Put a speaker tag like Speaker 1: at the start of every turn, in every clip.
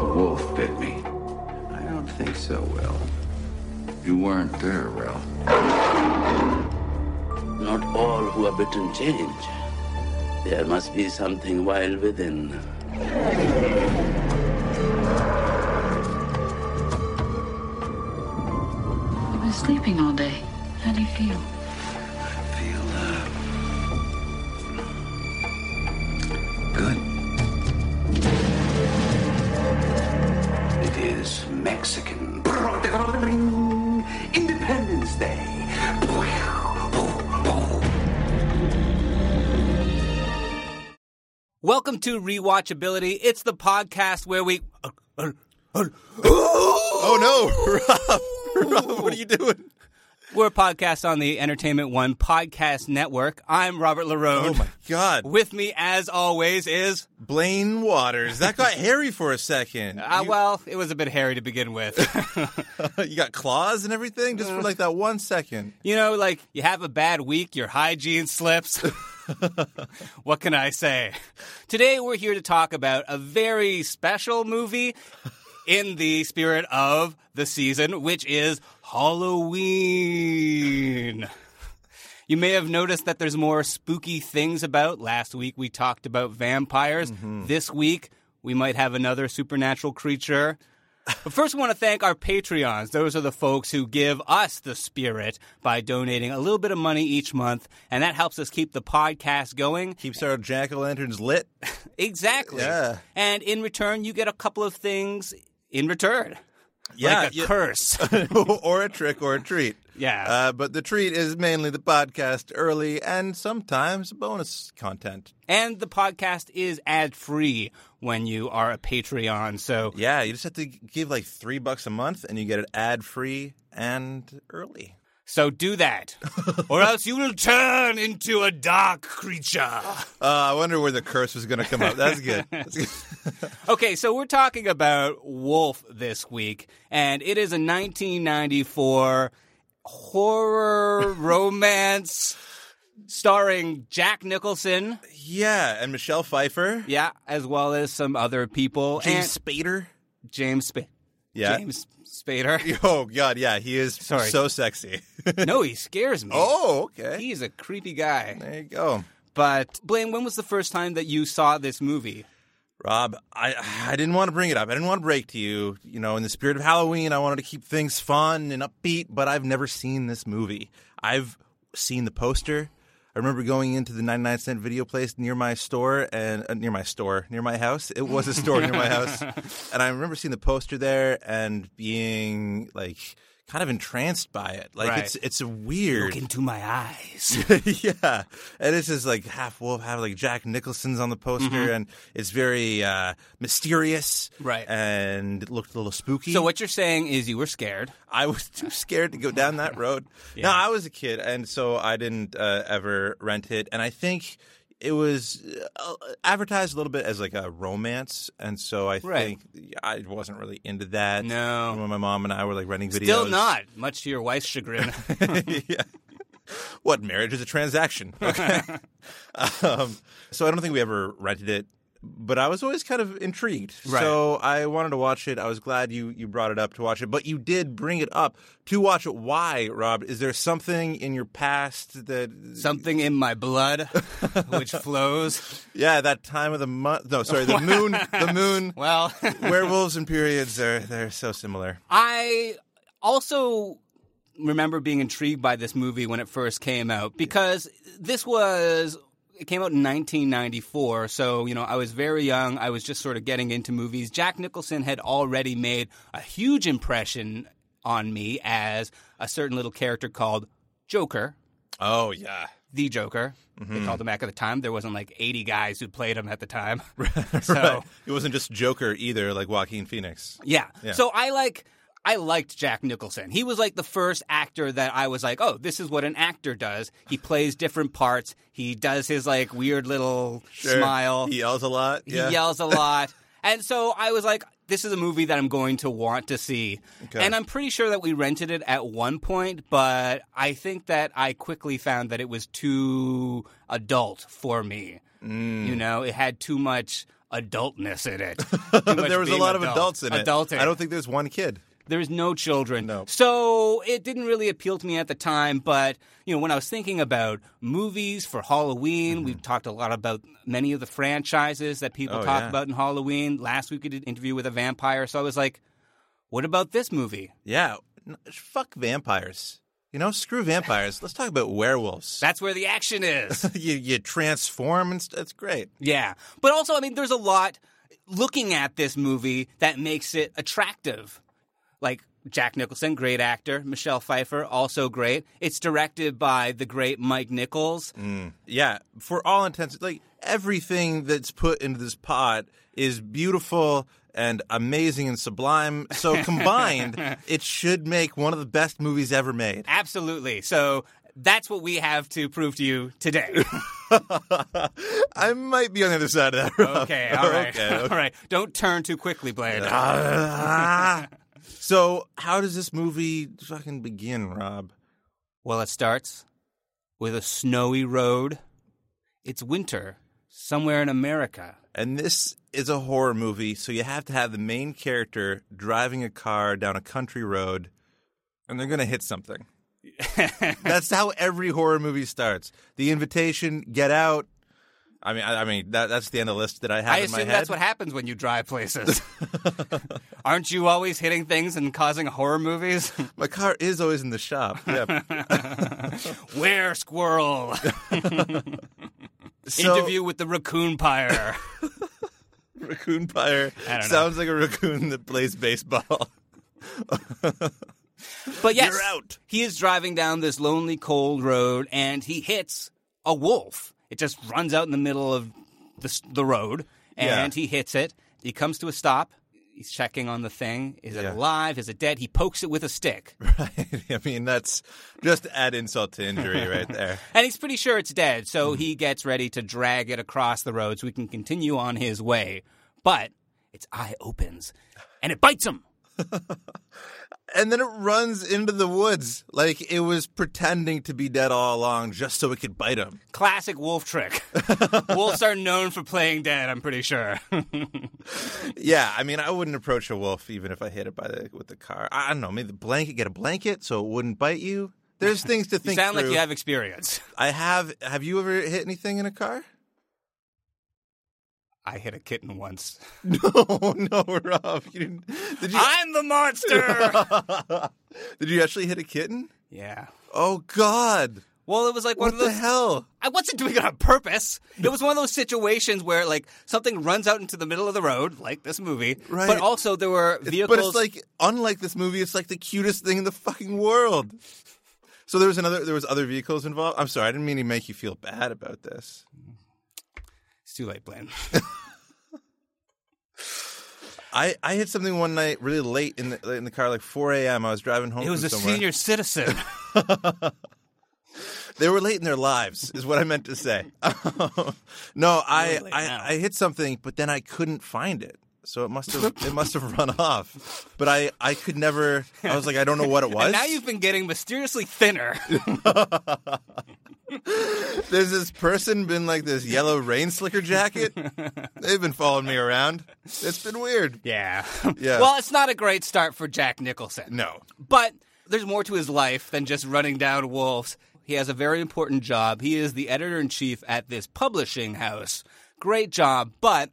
Speaker 1: The wolf bit me. I don't think so, Will. You weren't there, Ralph.
Speaker 2: Not all who are bitten change. There must be something wild within.
Speaker 3: You've been sleeping all day. How do you feel?
Speaker 1: I feel, uh. Good. It is Mexican. Independence Day.
Speaker 4: Welcome to Rewatchability. It's the podcast where we. uh,
Speaker 5: Oh no, Rob! Rob, what are you doing?
Speaker 4: We're a podcast on the Entertainment One Podcast Network. I'm Robert LaRone.
Speaker 5: Oh my God,
Speaker 4: With me, as always, is.
Speaker 5: Blaine Waters. That got hairy for a second.
Speaker 4: Uh,
Speaker 5: you,
Speaker 4: well, it was a bit hairy to begin with.
Speaker 5: you got claws and everything just for like that one second.
Speaker 4: you know, like you have a bad week, your hygiene slips. what can I say? Today, we're here to talk about a very special movie in the spirit of the season, which is Halloween. You may have noticed that there's more spooky things about. Last week we talked about vampires. This week we might have another supernatural creature. But first, we want to thank our Patreons. Those are the folks who give us the spirit by donating a little bit of money each month, and that helps us keep the podcast going.
Speaker 5: Keeps our jack o' lanterns lit.
Speaker 4: Exactly.
Speaker 5: Yeah.
Speaker 4: And in return, you get a couple of things in return. like a
Speaker 5: yeah.
Speaker 4: curse.
Speaker 5: or a trick or a treat.
Speaker 4: Yeah.
Speaker 5: Uh, but the treat is mainly the podcast early and sometimes bonus content.
Speaker 4: and the podcast is ad free when you are a Patreon. So
Speaker 5: Yeah, you just have to give like three bucks a month and you get it ad free and early.
Speaker 4: So do that, or else you will turn into a dark creature.
Speaker 5: Uh, I wonder where the curse was going to come up. That's good. That's good.
Speaker 4: Okay, so we're talking about Wolf this week, and it is a 1994 horror romance starring Jack Nicholson,
Speaker 5: yeah, and Michelle Pfeiffer.
Speaker 4: yeah, as well as some other people.
Speaker 5: James Spader.
Speaker 4: and James, Sp-
Speaker 5: Yeah.
Speaker 4: James Spader.
Speaker 5: Oh God, yeah, he is
Speaker 4: Sorry.
Speaker 5: so sexy.
Speaker 4: no, he scares me.
Speaker 5: oh, okay.
Speaker 4: he's a creepy guy.
Speaker 5: there you go,
Speaker 4: But Blaine, when was the first time that you saw this movie?
Speaker 5: Rob. I I didn't want to bring it up. I didn't want to break to you. You know, in the spirit of Halloween, I wanted to keep things fun and upbeat. But I've never seen this movie. I've seen the poster. I remember going into the 99 cent video place near my store and uh, near my store, near my house. It was a store near my house. And I remember seeing the poster there and being like kind of entranced by it. Like
Speaker 4: Right.
Speaker 5: it's it's weird.
Speaker 4: Look into my eyes.
Speaker 5: yeah, and it's just like half wolf, half like Jack Nicholson's on the poster, and it's very uh, mysterious,
Speaker 4: Mm-hmm. Right.
Speaker 5: And it looked a little spooky.
Speaker 4: So what you're saying is you were scared.
Speaker 5: I was too scared to go down that road. No, I was a kid, and so I didn't uh, ever rent it. And I think it was uh, advertised a little bit as like a romance, and so I
Speaker 4: Right.
Speaker 5: think I wasn't really into that.
Speaker 4: No.
Speaker 5: when my mom and I were like renting videos,
Speaker 4: Still not, much to your wife's chagrin.
Speaker 5: yeah. What marriage is a transaction? Okay. um, so I don't think we ever rented it. but I was always kind of intrigued.
Speaker 4: Right.
Speaker 5: So I wanted to watch it. I was glad you you brought it up to watch it, but you did bring it up to watch it. Why, Rob? Is there something in your past that
Speaker 4: Something in my blood which flows.
Speaker 5: yeah, that time of the month? No, sorry, the moon, the moon.
Speaker 4: Well,
Speaker 5: Werewolves and periods are they're so similar.
Speaker 4: I also remember being intrigued by this movie when it first came out because this was it came out in 1994 so you know i was very young i was just sort of getting into movies jack nicholson had already made a huge impression on me as a certain little character called joker
Speaker 5: Oh yeah,
Speaker 4: the joker they called him back at the time there wasn't like 80 guys who played him at the time so
Speaker 5: Right. it wasn't just Joker either, like Joaquin Phoenix.
Speaker 4: Yeah.
Speaker 5: Yeah.
Speaker 4: So I like I liked Jack Nicholson. He was like the first actor that I was like, "Oh, this is what an actor does. He plays different parts. He does his like weird little smile.
Speaker 5: He yells a lot.
Speaker 4: He
Speaker 5: yeah.
Speaker 4: yells a lot." and so I was like, "This is a movie that I'm going to want to see."
Speaker 5: Okay.
Speaker 4: And I'm pretty sure that we rented it at one point, but I think that I quickly found that it was too adult for me.
Speaker 5: Mm.
Speaker 4: You know, it had too much adultness in it. Too much
Speaker 5: there was a
Speaker 4: being
Speaker 5: lot of
Speaker 4: adult.
Speaker 5: adults in it.
Speaker 4: Adulting.
Speaker 5: I don't think there's one kid.
Speaker 4: There was no children.
Speaker 5: No.
Speaker 4: So it didn't really appeal to me at the time, but you know, when I was thinking about movies for Halloween, we've talked a lot about many of the franchises that people
Speaker 5: Mm-hmm. Oh,
Speaker 4: talk
Speaker 5: yeah.
Speaker 4: about in Halloween. Last week we did an interview with a vampire, so I was like, what about this movie?
Speaker 5: Yeah. N- Fuck vampires. You know, screw vampires. Let's talk about werewolves.
Speaker 4: That's where the action is.
Speaker 5: you, you transform and st- that's great.
Speaker 4: yeah. But also, I mean, there's a lot looking at this movie that makes it attractive. Like Jack Nicholson, great actor. Michelle Pfeiffer, also great. It's directed by the great Mike Nichols.
Speaker 5: Yeah, for all intents, like everything that's put into this pot is beautiful and amazing and sublime. So combined, it should make one of the best movies ever made.
Speaker 4: Absolutely. So that's what we have to prove to you today.
Speaker 5: I might be on the other side of that. Rob.
Speaker 4: Okay, all right.
Speaker 5: okay,
Speaker 4: All
Speaker 5: okay.
Speaker 4: right. Don't turn too quickly, Blade.
Speaker 5: Ah. so, how does this movie fucking begin, Rob?
Speaker 4: Well, it starts with a snowy road. It's winter somewhere in America.
Speaker 5: And this is a horror movie, so you have to have the main character driving a car down a country road, and they're going to hit something. That's how every horror movie starts. The invitation, get out. I mean, I, I mean that, that's the end of the list that I have
Speaker 4: I
Speaker 5: in my
Speaker 4: assume
Speaker 5: head.
Speaker 4: that's what happens when you drive places. Aren't you always hitting things and causing horror movies?
Speaker 5: my car is always in the shop. Yeah.
Speaker 4: Where squirrel?
Speaker 5: So-
Speaker 4: Interview with the raccoon pyre.
Speaker 5: raccoon pyre
Speaker 4: I don't know.
Speaker 5: sounds like a raccoon that plays baseball.
Speaker 4: But yes,
Speaker 5: You're out.
Speaker 4: he is driving down this lonely, cold road, and he hits a wolf. It just runs out in the middle of the, s- the road, and
Speaker 5: Yeah.
Speaker 4: he hits it. He comes to a stop. He's checking on the thing. Is it
Speaker 5: Yeah.
Speaker 4: alive? Is it dead? He pokes it with a stick,
Speaker 5: I mean, that's just to add insult to injury right there.
Speaker 4: and he's pretty sure it's dead. So
Speaker 5: Hmm.
Speaker 4: he gets ready to drag it across the road so he can continue on his way. But its eye opens, and it bites him.
Speaker 5: and then it runs into the woods like it was pretending to be dead all along just so it could bite him.
Speaker 4: Classic wolf trick. Wolves are known for playing dead. I'm pretty sure.
Speaker 5: Yeah, I mean, I wouldn't approach a wolf even if I hit it by the with the car. I I don't know, maybe the blanket, get a blanket so it wouldn't bite you. There's things to
Speaker 4: you
Speaker 5: think.
Speaker 4: sound like you
Speaker 5: through.
Speaker 4: have experience.
Speaker 5: I have. Have you ever hit anything in a car?
Speaker 4: I hit a kitten once.
Speaker 5: No, no, Rob. You didn't. Did you?
Speaker 4: I'm the monster.
Speaker 5: did you actually hit a kitten?
Speaker 4: yeah.
Speaker 5: Oh God!
Speaker 4: Well, it was like one
Speaker 5: What
Speaker 4: of
Speaker 5: the
Speaker 4: those.
Speaker 5: hell?
Speaker 4: I wasn't doing it on purpose. It was one of those situations where like something runs out into the middle of the road, like this movie.
Speaker 5: Right.
Speaker 4: But also there were
Speaker 5: It's-
Speaker 4: vehicles.
Speaker 5: But it's like unlike this movie, it's like the cutest thing in the fucking world. So there was another there was other vehicles involved. I'm sorry, I didn't mean to make you feel bad about this.
Speaker 4: it's too late, Blaine.
Speaker 5: I, I hit something one night really late in the in the car, like 4 a.m. I was driving home.
Speaker 4: it was
Speaker 5: from
Speaker 4: a
Speaker 5: somewhere.
Speaker 4: senior citizen.
Speaker 5: They were late in their lives, is what I meant to say. no, I,
Speaker 4: Really? No.
Speaker 5: I I hit something, but then I couldn't find it. So it must have it must have run off. But I I could never. I was like, I don't know what it was.
Speaker 4: And now you've been getting mysteriously thinner.
Speaker 5: There's this person been like this yellow rain slicker jacket. They've been following me around. It's been weird.
Speaker 4: Yeah.
Speaker 5: Yeah.
Speaker 4: Well, it's not a great start for Jack Nicholson.
Speaker 5: No.
Speaker 4: But there's more to his life than just running down wolves. He has a very important job. He is the editor in chief at this publishing house. Great job, but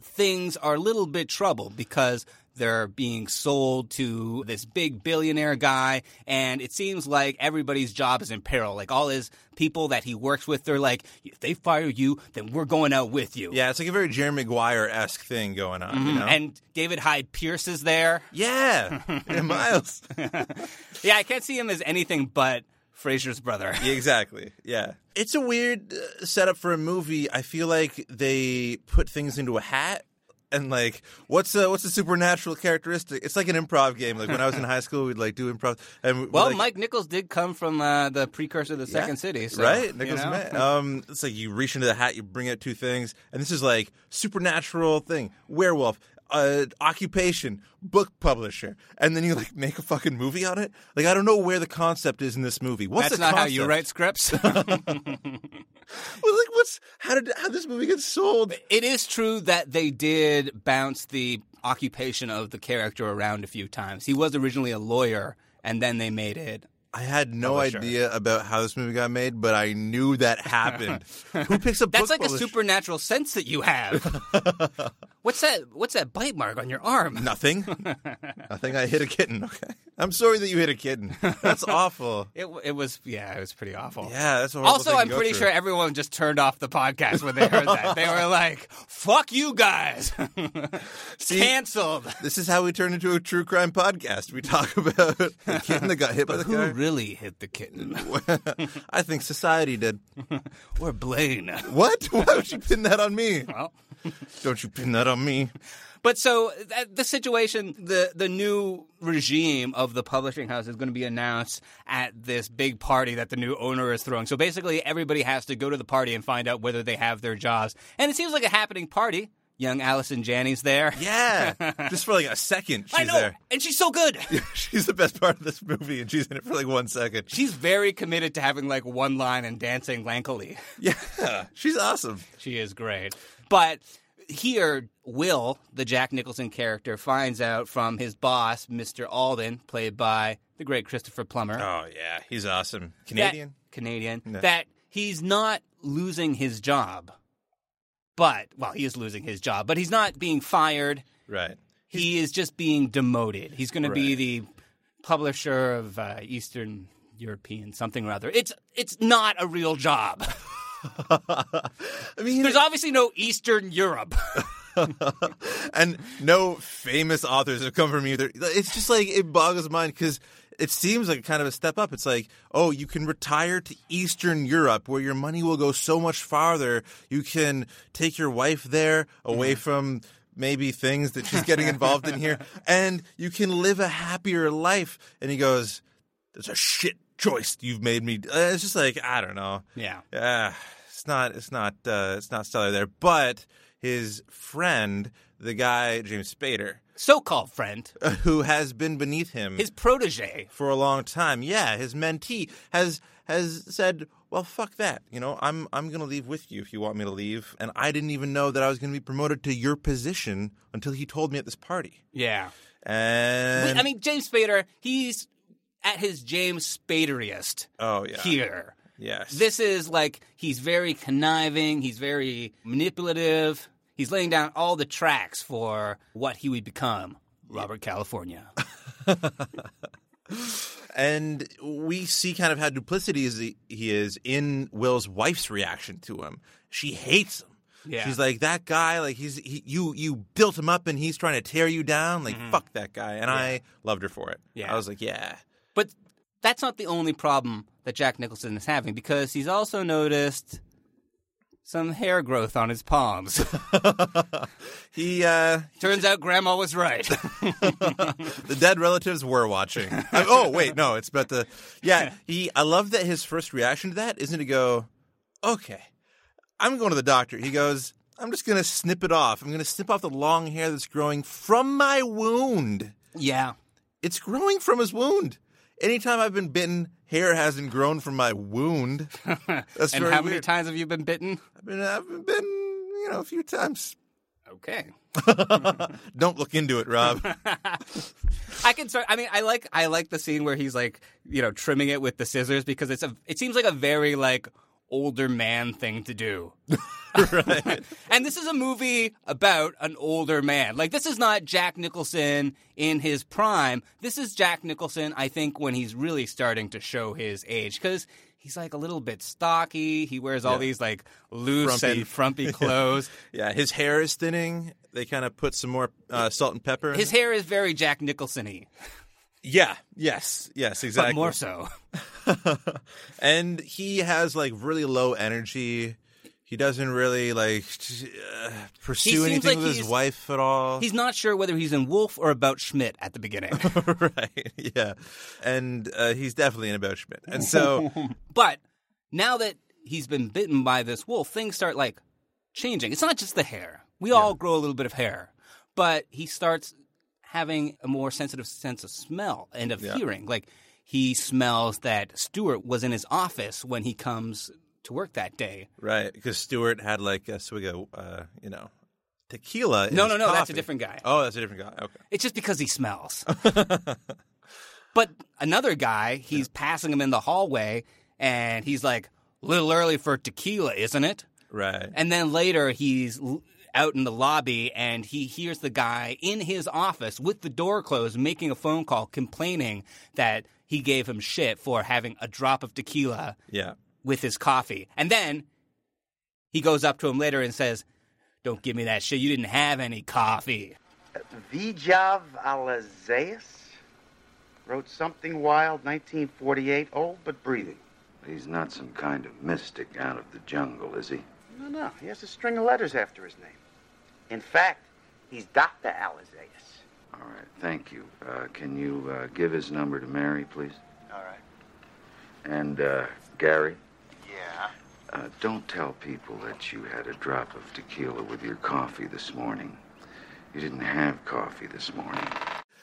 Speaker 4: things are a little bit troubled because they're being sold to this big billionaire guy and it seems like everybody's job is in peril like all his people that he works with they're like if they fire you then we're going out with you
Speaker 5: Yeah, it's like a very Jeremy Maguire esque thing going on. You know?
Speaker 4: and david hyde pierce is there
Speaker 5: yeah, Yeah, Miles.
Speaker 4: Yeah, I can't see him as anything but Frasier's brother.
Speaker 5: Yeah, exactly. Yeah. It's a weird uh, setup for a movie. I feel like they put things into a hat and like what's a, what's a supernatural characteristic? It's like an improv game. Like when I was in high school, we'd like do improv and we-
Speaker 4: Well,
Speaker 5: like,
Speaker 4: Mike Nichols did come from uh, the precursor to the
Speaker 5: yeah,
Speaker 4: Second City, so,
Speaker 5: right?
Speaker 4: you
Speaker 5: Nicholas
Speaker 4: know.
Speaker 5: Matt. Um it's like you reach into the hat, you bring out two things, and this is like supernatural thing, werewolf, uh, occupation, book publisher, and then you like make a fucking movie on it. Like I don't know where the concept is in this movie. What's
Speaker 4: That's
Speaker 5: the
Speaker 4: not how
Speaker 5: concept?
Speaker 4: you write scripts.
Speaker 5: Well, like, what's how did how this movie get sold?
Speaker 4: it is true that they did bounce the occupation of the character around a few times. He was originally a lawyer, and then they made it.
Speaker 5: I had no idea about how this movie got made, but I knew that happened. Who picks up?
Speaker 4: That's
Speaker 5: book
Speaker 4: like a
Speaker 5: publisher-
Speaker 4: supernatural sense that you have. what's that? What's that bite mark on your arm?
Speaker 5: nothing. nothing. I hit a kitten. Okay, I'm sorry that you hit a kitten. That's awful.
Speaker 4: It, w- it was yeah, it was pretty awful.
Speaker 5: Yeah, that's a horrible
Speaker 4: Also,
Speaker 5: thing to
Speaker 4: I'm
Speaker 5: go
Speaker 4: pretty
Speaker 5: through.
Speaker 4: sure everyone just turned off the podcast when they heard that. They were like, "Fuck you guys, canceled."
Speaker 5: This is how we turn into a true crime podcast. We talk about the kitten that got hit by the
Speaker 4: Who
Speaker 5: car.
Speaker 4: really hit the kitten?
Speaker 5: I think society did.
Speaker 4: Or Blaine?
Speaker 5: What? Why would you pin that on me?
Speaker 4: Well.
Speaker 5: Don't you pin that on me?
Speaker 4: But so th- the situation, the the new regime of the publishing house is going to be announced at this big party that the new owner is throwing. So basically, everybody has to go to the party and find out whether they have their jobs. And it seems like a happening party. Young Allison Janney's there.
Speaker 5: Yeah, just for like a second, she's
Speaker 4: I know,
Speaker 5: there.
Speaker 4: and she's so good.
Speaker 5: She's the best part of this movie, and she's in it for like one second.
Speaker 4: She's very committed to having like one line and dancing lankily.
Speaker 5: Yeah, she's awesome.
Speaker 4: She is great. But here, Will, the Jack Nicholson character, finds out from his boss, Mr. Alden, played by the great Christopher Plummer.
Speaker 5: Oh yeah, he's awesome.
Speaker 4: that-
Speaker 5: Canadian.
Speaker 4: Canadian.
Speaker 5: No.
Speaker 4: That he's not losing his job. But, well, he is losing his job, but he's not being fired.
Speaker 5: Right.
Speaker 4: He is just being demoted. He's going to be
Speaker 5: Right.
Speaker 4: the publisher of uh, Eastern European something or other. It's it's not a real job.
Speaker 5: I mean,
Speaker 4: There's obviously no Eastern Europe.
Speaker 5: and no famous authors have come from either. It's just like it boggles my mind because it seems like kind of a step up. It's like, oh, you can retire to Eastern Europe where your money will go so much farther. You can take your wife there away from maybe things that she's getting involved in here, and you can live a happier life. And he goes, "That's a shit choice you've made me." Uh, It's just like I don't know.
Speaker 4: Yeah.
Speaker 5: Uh, it's not it's not uh, it's not stellar there. But his friend, the guy James Spader,
Speaker 4: so-called friend,
Speaker 5: who has been beneath him
Speaker 4: his protege.
Speaker 5: for a long time, yeah, his mentee has has said, "Well, fuck that. You know, I'm I'm going to leave with you if you want me to leave." And I didn't even know that I was going to be promoted to your position until he told me at this party.
Speaker 4: Yeah.
Speaker 5: And
Speaker 4: I mean, James Spader, he's at his James Spaderiest
Speaker 5: oh yeah,
Speaker 4: here.
Speaker 5: yes,
Speaker 4: This is like he's very conniving, he's very manipulative. He's laying down all the tracks for what he would become. Robert California.
Speaker 5: and we see kind of how duplicity is he he is in Will's wife's reaction to him. She hates him.
Speaker 4: Yeah.
Speaker 5: She's like that guy. Like he's he, you you built him up and he's trying to tear you down. Like fuck that guy. And I loved her for it.
Speaker 4: Mm-hmm. Yeah.
Speaker 5: I was like yeah.
Speaker 4: But that's not the only problem that Jack Nicholson is having because he's also noticed some hair growth on his palms.
Speaker 5: He uh
Speaker 4: Turns out grandma was right.
Speaker 5: the dead relatives were watching. I- oh wait no it's about the yeah he I love that his first reaction to that isn't to go okay I'm going to the doctor. He goes. I'm just gonna snip it off. I'm gonna snip off the long hair that's growing from my wound.
Speaker 4: yeah.
Speaker 5: It's growing from his wound. Anytime I've been bitten, hair hasn't grown from my wound. That's
Speaker 4: and
Speaker 5: very
Speaker 4: how many
Speaker 5: weird.
Speaker 4: times have you been bitten?
Speaker 5: I've been, I've been bitten, you know, a few times.
Speaker 4: Okay.
Speaker 5: Don't look into it, Rob.
Speaker 4: I can start. I mean, I like I like the scene where he's like, you know, trimming it with the scissors because it's a. It seems like a very like older man thing to do. right. and this is a movie about an older man. Like this is not Jack Nicholson in his prime. This is Jack Nicholson, I think, when he's really starting to show his age because. He's like a little bit stocky. He wears all these like loose
Speaker 5: Frumpy.
Speaker 4: and frumpy clothes.
Speaker 5: yeah, his hair is thinning. They kind of put some more uh, salt and pepper. in
Speaker 4: His
Speaker 5: it.
Speaker 4: hair is very Jack Nicholson-y,
Speaker 5: Yeah. Yes. Yes. Exactly.
Speaker 4: but more so.
Speaker 5: and he has like really low energy. He doesn't really like uh,
Speaker 4: He
Speaker 5: pursue
Speaker 4: seems
Speaker 5: anything
Speaker 4: like
Speaker 5: with his
Speaker 4: he's-
Speaker 5: wife at all.
Speaker 4: He's not sure whether he's in Wolf or about Schmidt at the beginning.
Speaker 5: right. Yeah. And uh, he's definitely an about Schmidt. And so
Speaker 4: but now that he's been bitten by this wolf, things start like changing. It's not just the hair. We all grow a little bit of hair, but he starts having a more sensitive sense of smell and of hearing. Like he smells that Stuart was in his office when he comes to work that day.
Speaker 5: right because Stewart had like a swig of uh, you know tequila. in
Speaker 4: No,
Speaker 5: his
Speaker 4: no, no, that's a
Speaker 5: coffee.
Speaker 4: different guy.
Speaker 5: Oh, that's a different guy. Okay.
Speaker 4: It's just because he smells. but another guy, he's passing him in the hallway, and he's like, "Little early for tequila, isn't it?"
Speaker 5: Right.
Speaker 4: And then later, he's l- out in the lobby, and he hears the guy in his office with the door closed making a phone call, complaining that he gave him shit for having a drop of tequila
Speaker 5: yeah.
Speaker 4: with his coffee. And then he goes up to him later and says, "Don't give me that shit. You didn't have any coffee."
Speaker 6: Vijav Alazeus wrote Something Wild, 1948, old but breathing.
Speaker 1: He's not some kind of mystic out of the jungle, is he?
Speaker 6: No, no, he has a string of letters after his name. In fact, he's Dr. Alazeus.
Speaker 1: All right, thank you. Uh, can you uh, give his number to Mary, please?
Speaker 6: All right.
Speaker 1: And uh, Gary,
Speaker 6: Yeah.
Speaker 1: uh, don't tell people that you had a drop of tequila with your coffee this morning. You didn't have coffee this morning.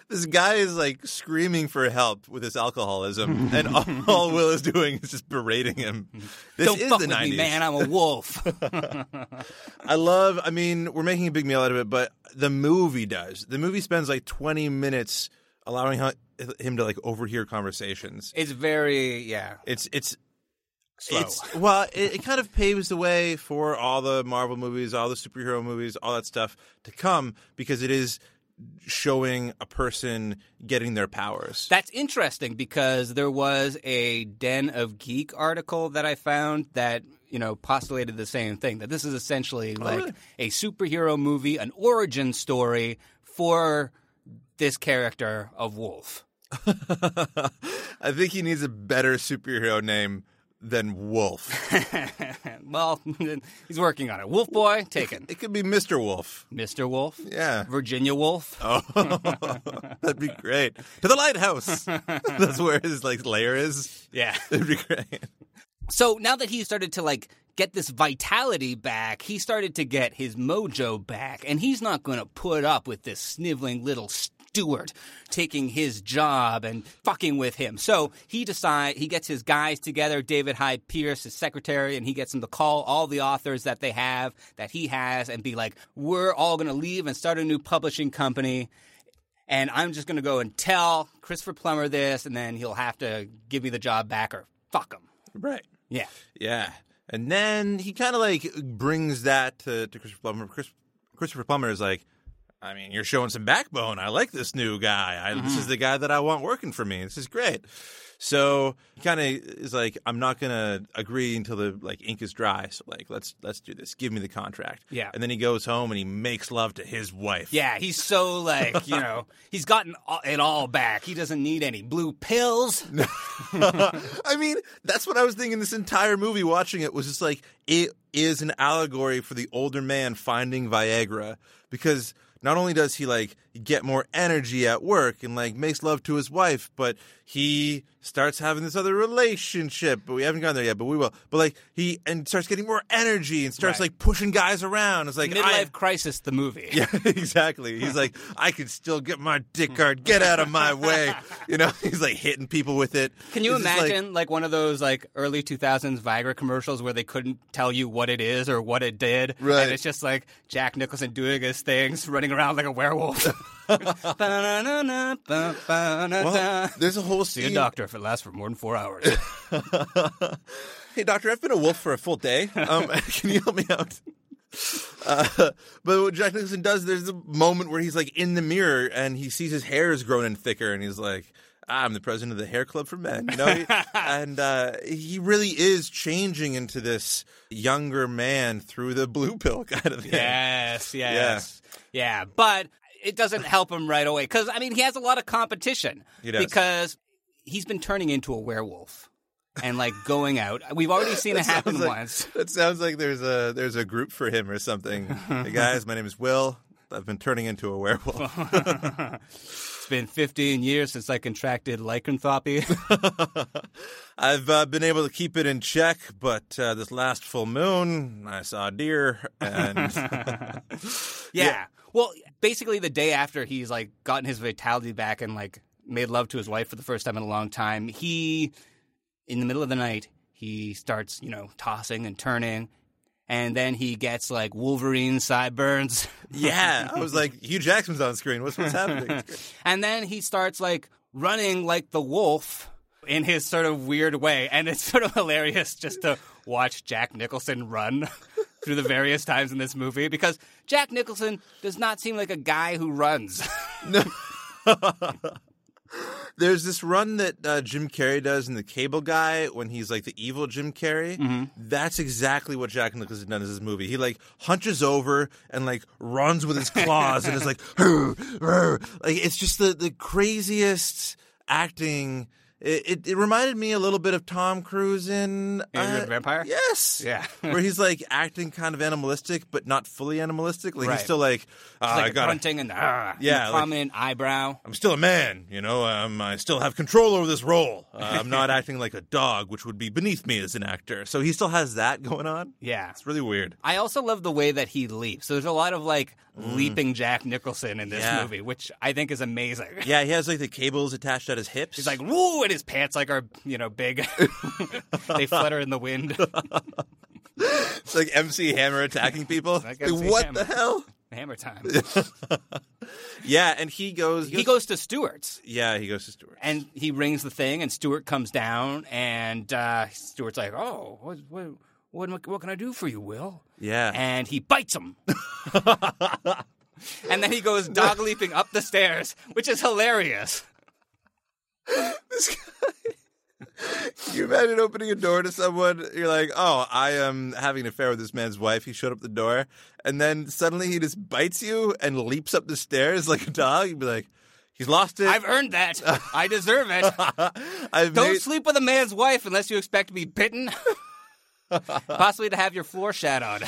Speaker 5: This guy is like screaming for help with his alcoholism, and all, all Will is doing is just berating him. This
Speaker 4: Don't
Speaker 5: is
Speaker 4: fuck
Speaker 5: the
Speaker 4: with
Speaker 5: 90s.
Speaker 4: me, man. I'm a wolf.
Speaker 5: I love. I mean, we're making a big meal out of it, but the movie does. The movie spends like twenty minutes allowing hu- him to like overhear conversations.
Speaker 4: it's very yeah.
Speaker 5: It's it's
Speaker 4: Slow.
Speaker 5: it's well, it, it kind of paves the way for all the Marvel movies, all the superhero movies, all that stuff to come because it is showing a person getting their powers.
Speaker 4: That's interesting because there was a Den of Geek article that I found that you know postulated the same thing that this is essentially like
Speaker 5: Oh, really?
Speaker 4: a superhero movie, an origin story for this character of Wolf.
Speaker 5: I think he needs a better superhero name than Wolf.
Speaker 4: well, he's working on it. Wolf Boy taken.
Speaker 5: it could be Mr. Wolf.
Speaker 4: Mr. Wolf.
Speaker 5: Yeah. Oh.
Speaker 4: Virginia Wolf.
Speaker 5: That'd be great. To the lighthouse. That's where his like lair is.
Speaker 4: Yeah.
Speaker 5: That'd be great.
Speaker 4: So now that he started to like get this vitality back, he started to get his mojo back, and he's not going to put up with this sniveling little Stewart taking his job and fucking with him. So he decide he gets his guys together, David Hyde Pierce, his secretary, and he gets them to call all the authors that they have that he has and be like, "We're all going to leave and start a new publishing company." And I'm just going to go and tell Christopher Plummer this, and then he'll have to give me the job back or fuck him.
Speaker 5: Right.
Speaker 4: Yeah.
Speaker 5: Yeah. And then he kind of like brings that to, to Christopher Plummer. Chris, Christopher Plummer is like, I mean, you're showing some backbone. I like this new guy. I, This
Speaker 4: Mm-hmm.
Speaker 5: is the guy that I want working for me. This is great. So he kind of is like, I'm not gonna agree until the like ink is dry. So like, let's let's do this. Give me the contract.
Speaker 4: Yeah.
Speaker 5: And then he goes home and he makes love to his wife.
Speaker 4: Yeah, he's so like, you know, he's gotten all- it all back. He doesn't need any blue pills.
Speaker 5: I mean, that's what I was thinking this entire movie watching it was just like it is an allegory for the older man finding Viagra because not only does he like get more energy at work and like makes love to his wife, but he starts having this other relationship, but we haven't gone there yet, but we will. But like he and starts getting more energy and starts
Speaker 4: Right.
Speaker 5: like pushing guys around. It's like
Speaker 4: Midlife
Speaker 5: I,
Speaker 4: crisis, the movie.
Speaker 5: yeah, exactly. He's like, I can still get my dick hard. Get out of my way. You know, he's like hitting people with it.
Speaker 4: Can you
Speaker 5: This is, like-
Speaker 4: imagine like, one of those like early 2000s Viagra commercials where they couldn't tell you what it is or what it did?
Speaker 5: Right.
Speaker 4: And it's just like Jack Nicholson doing his things, running around like a werewolf.
Speaker 5: well,
Speaker 4: well,
Speaker 5: there's a whole
Speaker 4: See a
Speaker 5: scene.
Speaker 4: doctor if it lasts for more than four hours.
Speaker 5: Hey, doctor, I've been a wolf for a full day. Um, can you help me out? Uh, but what Jack Nicholson does, there's a moment where he's like in the mirror and he sees his hair is growing in thicker, and he's like, "I'm the president of the hair club for men," you know. and uh, he really is changing into this younger man through the blue pill kind of thing.
Speaker 4: yes, yes. Yeah. But it doesn't help him right away because, I mean, he has a lot of competition.
Speaker 5: He does.
Speaker 4: Because he's been turning into a werewolf and like going out. We've already seen it happen
Speaker 5: Sounds like-
Speaker 4: once.
Speaker 5: That sounds like there's a there's a group for him or something. hey guys, my name is Will. I've been turning into a werewolf.
Speaker 4: It's been 15 years since I contracted lycanthropy.
Speaker 5: I've uh, been able to keep it in check, but uh, this last full moon, I saw a deer, and
Speaker 4: Yeah. Well, basically, the day after he's like gotten his vitality back and like made love to his wife for the first time in a long time, he, in the middle of the night, he starts, you know, tossing and turning. And then he gets like Wolverine sideburns.
Speaker 5: yeah, I was like, Hugh Jackman's on screen. What's what's happening?
Speaker 4: and then he starts like running like the wolf in his sort of weird way. And it's sort of hilarious just to watch Jack Nicholson run through the various times in this movie because Jack Nicholson does not seem like a guy who runs.
Speaker 5: There's this run that uh, Jim Carrey does in The Cable Guy when he's like the evil Jim Carrey.
Speaker 4: Mm-hmm.
Speaker 5: That's exactly what Jack Nicholson done in this movie. He like hunches over and like runs with his claws and is like, "Rrr, rrr." like it's just the the craziest acting. It, it, it reminded me a little bit of Tom Cruise in uh,
Speaker 4: Andrew the Vampire?
Speaker 5: Yes,
Speaker 4: Yeah.
Speaker 5: where he's like acting kind of animalistic, but not fully animalistic. Like
Speaker 4: Right.
Speaker 5: he's still like, "Ah,
Speaker 4: like
Speaker 5: I
Speaker 4: the
Speaker 5: got
Speaker 4: grunting and the, "Arr," and
Speaker 5: Yeah,
Speaker 4: the
Speaker 5: like-
Speaker 4: prominent eyebrow.
Speaker 5: I'm still a man, you know. Um, I still have control over this role. Uh, I'm not acting like a dog, which would be beneath me as an actor. So he still has that going on.
Speaker 4: Yeah.
Speaker 5: it's really weird.
Speaker 4: I also love the way that he leaps. So there's a lot of like leaping Jack Nicholson in this
Speaker 5: Mm. Yeah.
Speaker 4: movie, which I think is amazing.
Speaker 5: Yeah, he has like the cables attached at his hips.
Speaker 4: He's like, woo, and his pants like are, you know, big. they flutter in the wind.
Speaker 5: it's like MC Hammer attacking people.
Speaker 4: Like
Speaker 5: Like,
Speaker 4: MC
Speaker 5: what
Speaker 4: Hammer.
Speaker 5: the hell?
Speaker 4: Hammer time.
Speaker 5: Yeah, and he goes.
Speaker 4: He goes to Stewart's
Speaker 5: Yeah, he goes to Stuart.
Speaker 4: and he rings the thing, and Stewart comes down, and uh, Stewart's like, oh, what, what, what, what can I do for you, Will?
Speaker 5: Yeah.
Speaker 4: And he bites him. and then he goes dog leaping up the stairs, which is hilarious.
Speaker 5: Can you imagine opening a door to someone? You're like, oh, I am having an affair with this man's wife. He showed up the door, and then suddenly he just bites you and leaps up the stairs like a dog. You'd be like, he's lost it.
Speaker 4: I've earned that. I deserve it.
Speaker 5: I've
Speaker 4: Don't
Speaker 5: made-
Speaker 4: sleep with a man's wife unless you expect to be bitten. Possibly to have your floor shadowed.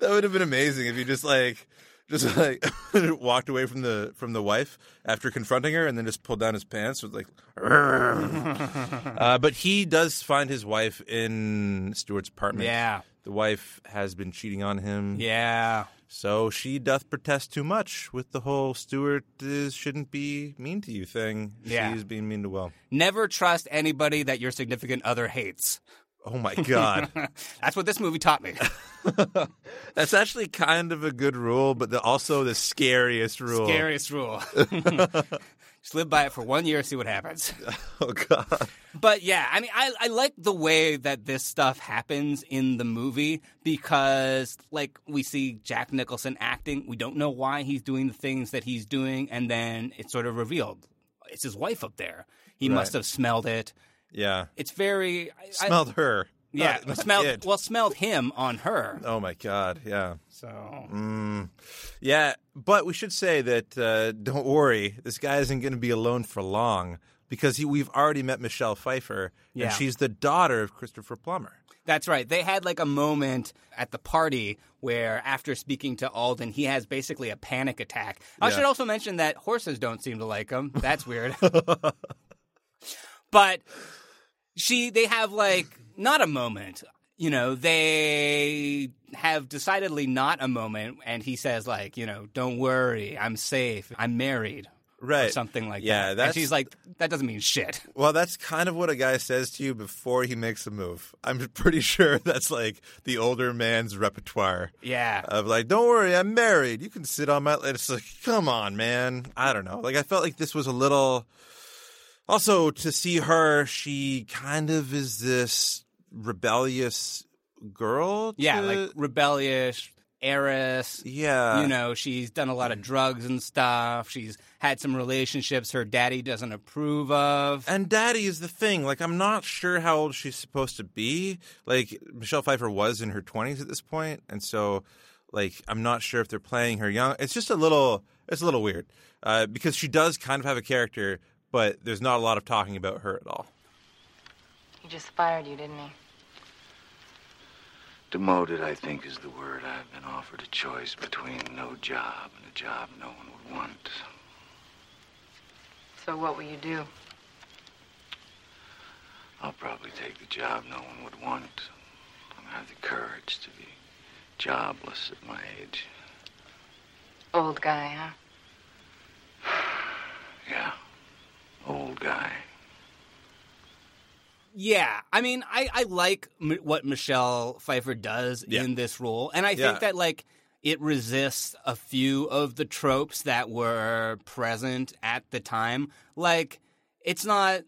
Speaker 5: That would have been amazing if you just like just like walked away from the from the wife after confronting her and then just pulled down his pants with like uh, but he does find his wife in Stuart's apartment.
Speaker 4: Yeah.
Speaker 5: The wife has been cheating on him.
Speaker 4: Yeah.
Speaker 5: So she doth protest too much with the whole Stuart is, shouldn't be mean to you thing.
Speaker 4: Yeah.
Speaker 5: She's being mean to Will.
Speaker 4: Never trust anybody that your significant other hates.
Speaker 5: Oh my god.
Speaker 4: That's what this movie taught me.
Speaker 5: That's actually kind of a good rule, but the, also the scariest rule.
Speaker 4: Scariest rule. Just live by it for one year, see what happens.
Speaker 5: Oh god.
Speaker 4: But yeah, I mean, I, I like the way that this stuff happens in the movie because, like, we see Jack Nicholson acting. We don't know why he's doing the things that he's doing. And then it's sort of revealed it's his wife up there. He must have smelled it.
Speaker 5: Yeah.
Speaker 4: It's very. I- I-
Speaker 5: smelled her.
Speaker 4: Yeah,
Speaker 5: Not- not
Speaker 4: smelled.
Speaker 5: it.
Speaker 4: Well, smelled him on her.
Speaker 5: Oh my god, yeah,
Speaker 4: So
Speaker 5: yeah. But we should say that uh, don't worry, this guy isn't going to be alone for long because he, we've already met Michelle Pfeiffer,
Speaker 4: Yeah.
Speaker 5: and she's the daughter of Christopher Plummer.
Speaker 4: That's right. They had like a moment at the party where, after speaking to Alden, he has basically a panic attack. I should also mention that horses don't seem to like him. That's weird. but she, they have like not a moment. You know, they have decidedly not a moment, and he says like, you know, don't worry, I'm safe, I'm married. Or
Speaker 5: Right.
Speaker 4: something like
Speaker 5: Yeah,
Speaker 4: that. And
Speaker 5: that's-
Speaker 4: she's like, that doesn't mean shit.
Speaker 5: Well, that's kind of what a guy says to you before he makes a move. I'm pretty sure that's like the older man's repertoire.
Speaker 4: Yeah.
Speaker 5: Of like, don't worry, I'm married. You can sit on my. It's like, come on, man. I don't know. Like, I felt like this was a little. Also, to see her, she kind of is this rebellious girl.
Speaker 4: Yeah,
Speaker 5: to-
Speaker 4: like rebellious heiress.
Speaker 5: yeah, Mm.
Speaker 4: you know, she's done a lot of drugs and stuff. She's had some relationships her daddy doesn't approve of.
Speaker 5: And daddy is the thing. Like, I'm not sure how old she's supposed to be. Like, Michelle Pfeiffer was in her 20s at this point, and so, like, I'm not sure if they're playing her young. It's just a little, it's a little weird uh, because she does kind of have a character, but there's not a lot of talking about her at all.
Speaker 7: He just fired you, didn't he?
Speaker 1: Demoted, I think, is the word. I've been offered a choice between no job and a job no one would want.
Speaker 7: So what will you do?
Speaker 1: I'll probably take the job no one would want. I don't have the courage to be jobless at my age.
Speaker 7: Old guy, huh?
Speaker 1: Yeah, old guy.
Speaker 4: Yeah, I mean, I, I like m- what Michelle Pfeiffer does
Speaker 5: Yeah.
Speaker 4: in this role. And I
Speaker 5: Yeah.
Speaker 4: think that, like, it resists a few of the tropes that were present at the time. Like, it's not.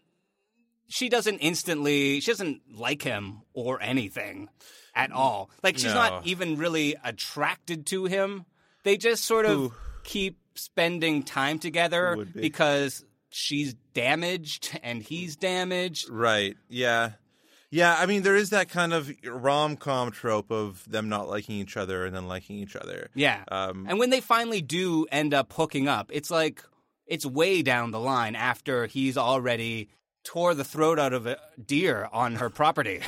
Speaker 4: She doesn't instantly. She doesn't like him or anything at all. Like, she's
Speaker 5: No.
Speaker 4: not even really attracted to him. They just sort of
Speaker 5: Who-
Speaker 4: keep spending time together
Speaker 5: Would be.
Speaker 4: because she's damaged and he's damaged.
Speaker 5: Right. Yeah. Yeah. I mean, there is that kind of rom com trope of them not liking each other and then liking each other.
Speaker 4: Yeah.
Speaker 5: Um,
Speaker 4: and when they finally do end up hooking up, it's like it's way down the line after he's already tore the throat out of a deer on her property.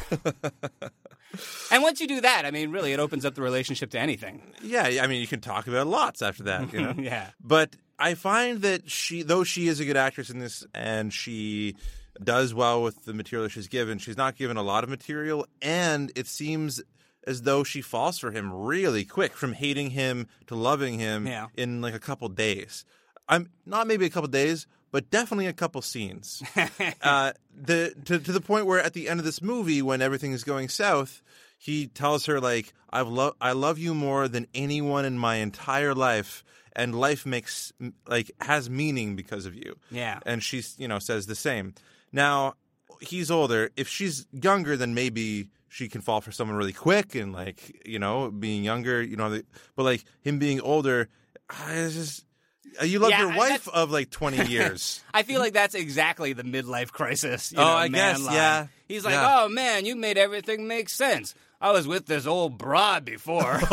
Speaker 4: and once you do that, I mean, really, it opens up the relationship to anything.
Speaker 5: Yeah, I mean, you can talk about lots after that, you know.
Speaker 4: Yeah.
Speaker 5: But I find that she, though she is a good actress in this, and she does well with the material she's given, she's not given a lot of material, and it seems as though she falls for him really quick, from hating him to loving him
Speaker 4: Yeah.
Speaker 5: in like a couple days. I'm not maybe a couple days, but definitely a couple scenes. uh, the to to the point where at the end of this movie, when everything is going south, he tells her like, "I've lo- I love you more than anyone in my entire life, and life makes like has meaning because of you."
Speaker 4: Yeah.
Speaker 5: and she's you know says the same. Now he's older. If she's younger, then maybe she can fall for someone really quick and like you know being younger, you know. the- But like him being older, I it's just you love
Speaker 4: Yeah,
Speaker 5: your
Speaker 4: I-
Speaker 5: wife
Speaker 4: that's-
Speaker 5: of like twenty years.
Speaker 4: I feel like that's exactly the midlife crisis. you
Speaker 5: Oh,
Speaker 4: know,
Speaker 5: I
Speaker 4: man
Speaker 5: guess,
Speaker 4: line.
Speaker 5: yeah.
Speaker 4: He's like,
Speaker 5: Yeah.
Speaker 4: oh man, you made everything make sense. I was with this old broad before.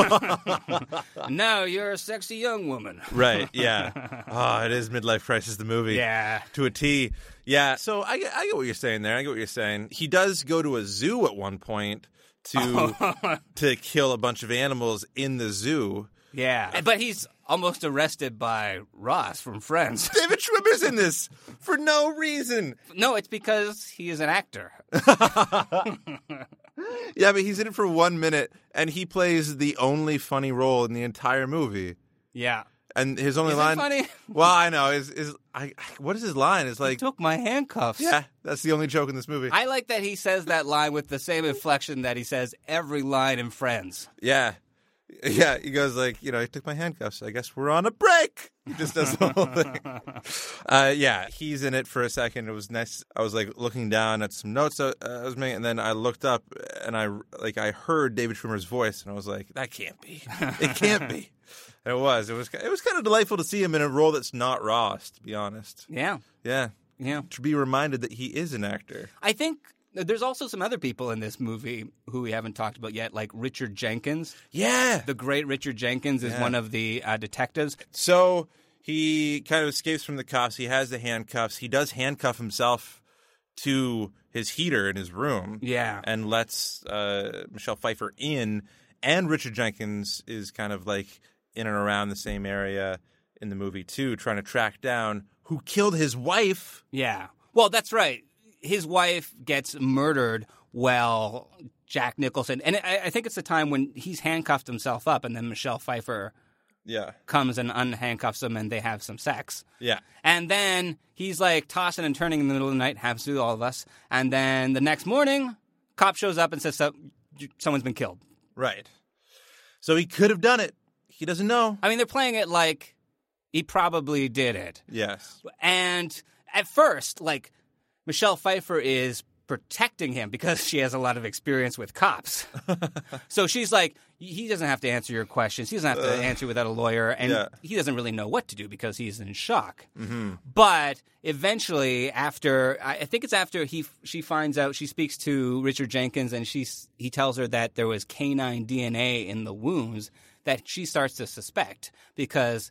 Speaker 4: now you're a sexy young woman.
Speaker 5: Right. Yeah. oh, it is midlife crisis. The movie.
Speaker 4: Yeah.
Speaker 5: To a T. Yeah. So I get, I get what you're saying there. I get what you're saying. He does go to a zoo at one point to to kill a bunch of animals in the zoo.
Speaker 4: Yeah, but he's almost arrested by Ross from Friends.
Speaker 5: David Schwimmer's in this for no reason.
Speaker 4: no, it's because he is an actor.
Speaker 5: Yeah, but he's in it for one minute, and he plays the only funny role in the entire movie.
Speaker 4: Yeah,
Speaker 5: And his only
Speaker 4: Is it
Speaker 5: line.
Speaker 4: funny?
Speaker 5: Well, I know is is I. What is his line? It's like.
Speaker 4: took my handcuffs.
Speaker 5: Yeah, that's the only joke in this movie.
Speaker 4: I like that he says that line with the same inflection that he says every line in Friends.
Speaker 5: Yeah. Yeah, he goes like, you know, he took my handcuffs. I guess we're on a break. He just does the whole thing. Uh, yeah, he's in it for a second. It was nice. I was like looking down at some notes I, I was making, and then I looked up and I like I heard David Schwimmer's voice, and I was like, that can't be. It can't be. And it was. It was. It was kind of delightful to see him in a role that's not Ross, to be honest.
Speaker 4: Yeah,
Speaker 5: Yeah,
Speaker 4: yeah.
Speaker 5: to be reminded that he is an actor.
Speaker 4: I think there's also some other people in this movie who we haven't talked about yet, like Richard Jenkins.
Speaker 5: Yeah,
Speaker 4: The great Richard Jenkins is
Speaker 5: Yeah.
Speaker 4: one of the uh, detectives.
Speaker 5: So he kind of escapes from the cuffs. He has the handcuffs. He does handcuff himself to his heater in his room.
Speaker 4: Yeah.
Speaker 5: and lets uh, Michelle Pfeiffer in, and Richard Jenkins is kind of like in and around the same area in the movie too, trying to track down who killed his wife.
Speaker 4: Yeah. Well, that's right. His wife gets murdered while Jack Nicholson, and I, I think it's the time when he's handcuffed himself up, and then Michelle Pfeiffer
Speaker 5: Yeah,
Speaker 4: comes and unhandcuffs him, and they have some sex.
Speaker 5: yeah,
Speaker 4: And then he's like tossing and turning in the middle of the night, happens to all of us. And then the next morning, cop shows up and says, so, you- someone's been killed.
Speaker 5: right. So he could have done it. He doesn't know.
Speaker 4: I mean, they're playing it like he probably did it.
Speaker 5: Yes.
Speaker 4: And at first, like Michelle Pfeiffer is protecting him because she has a lot of experience with cops. so she's like, he doesn't have to answer your questions. He doesn't have to answer without a lawyer, and
Speaker 5: Yeah.
Speaker 4: he doesn't really know what to do because he's in shock. But eventually, after I I think it's after he she finds out, she speaks to Richard Jenkins, and she's he tells her that there was canine DNA in the wounds that she starts to suspect because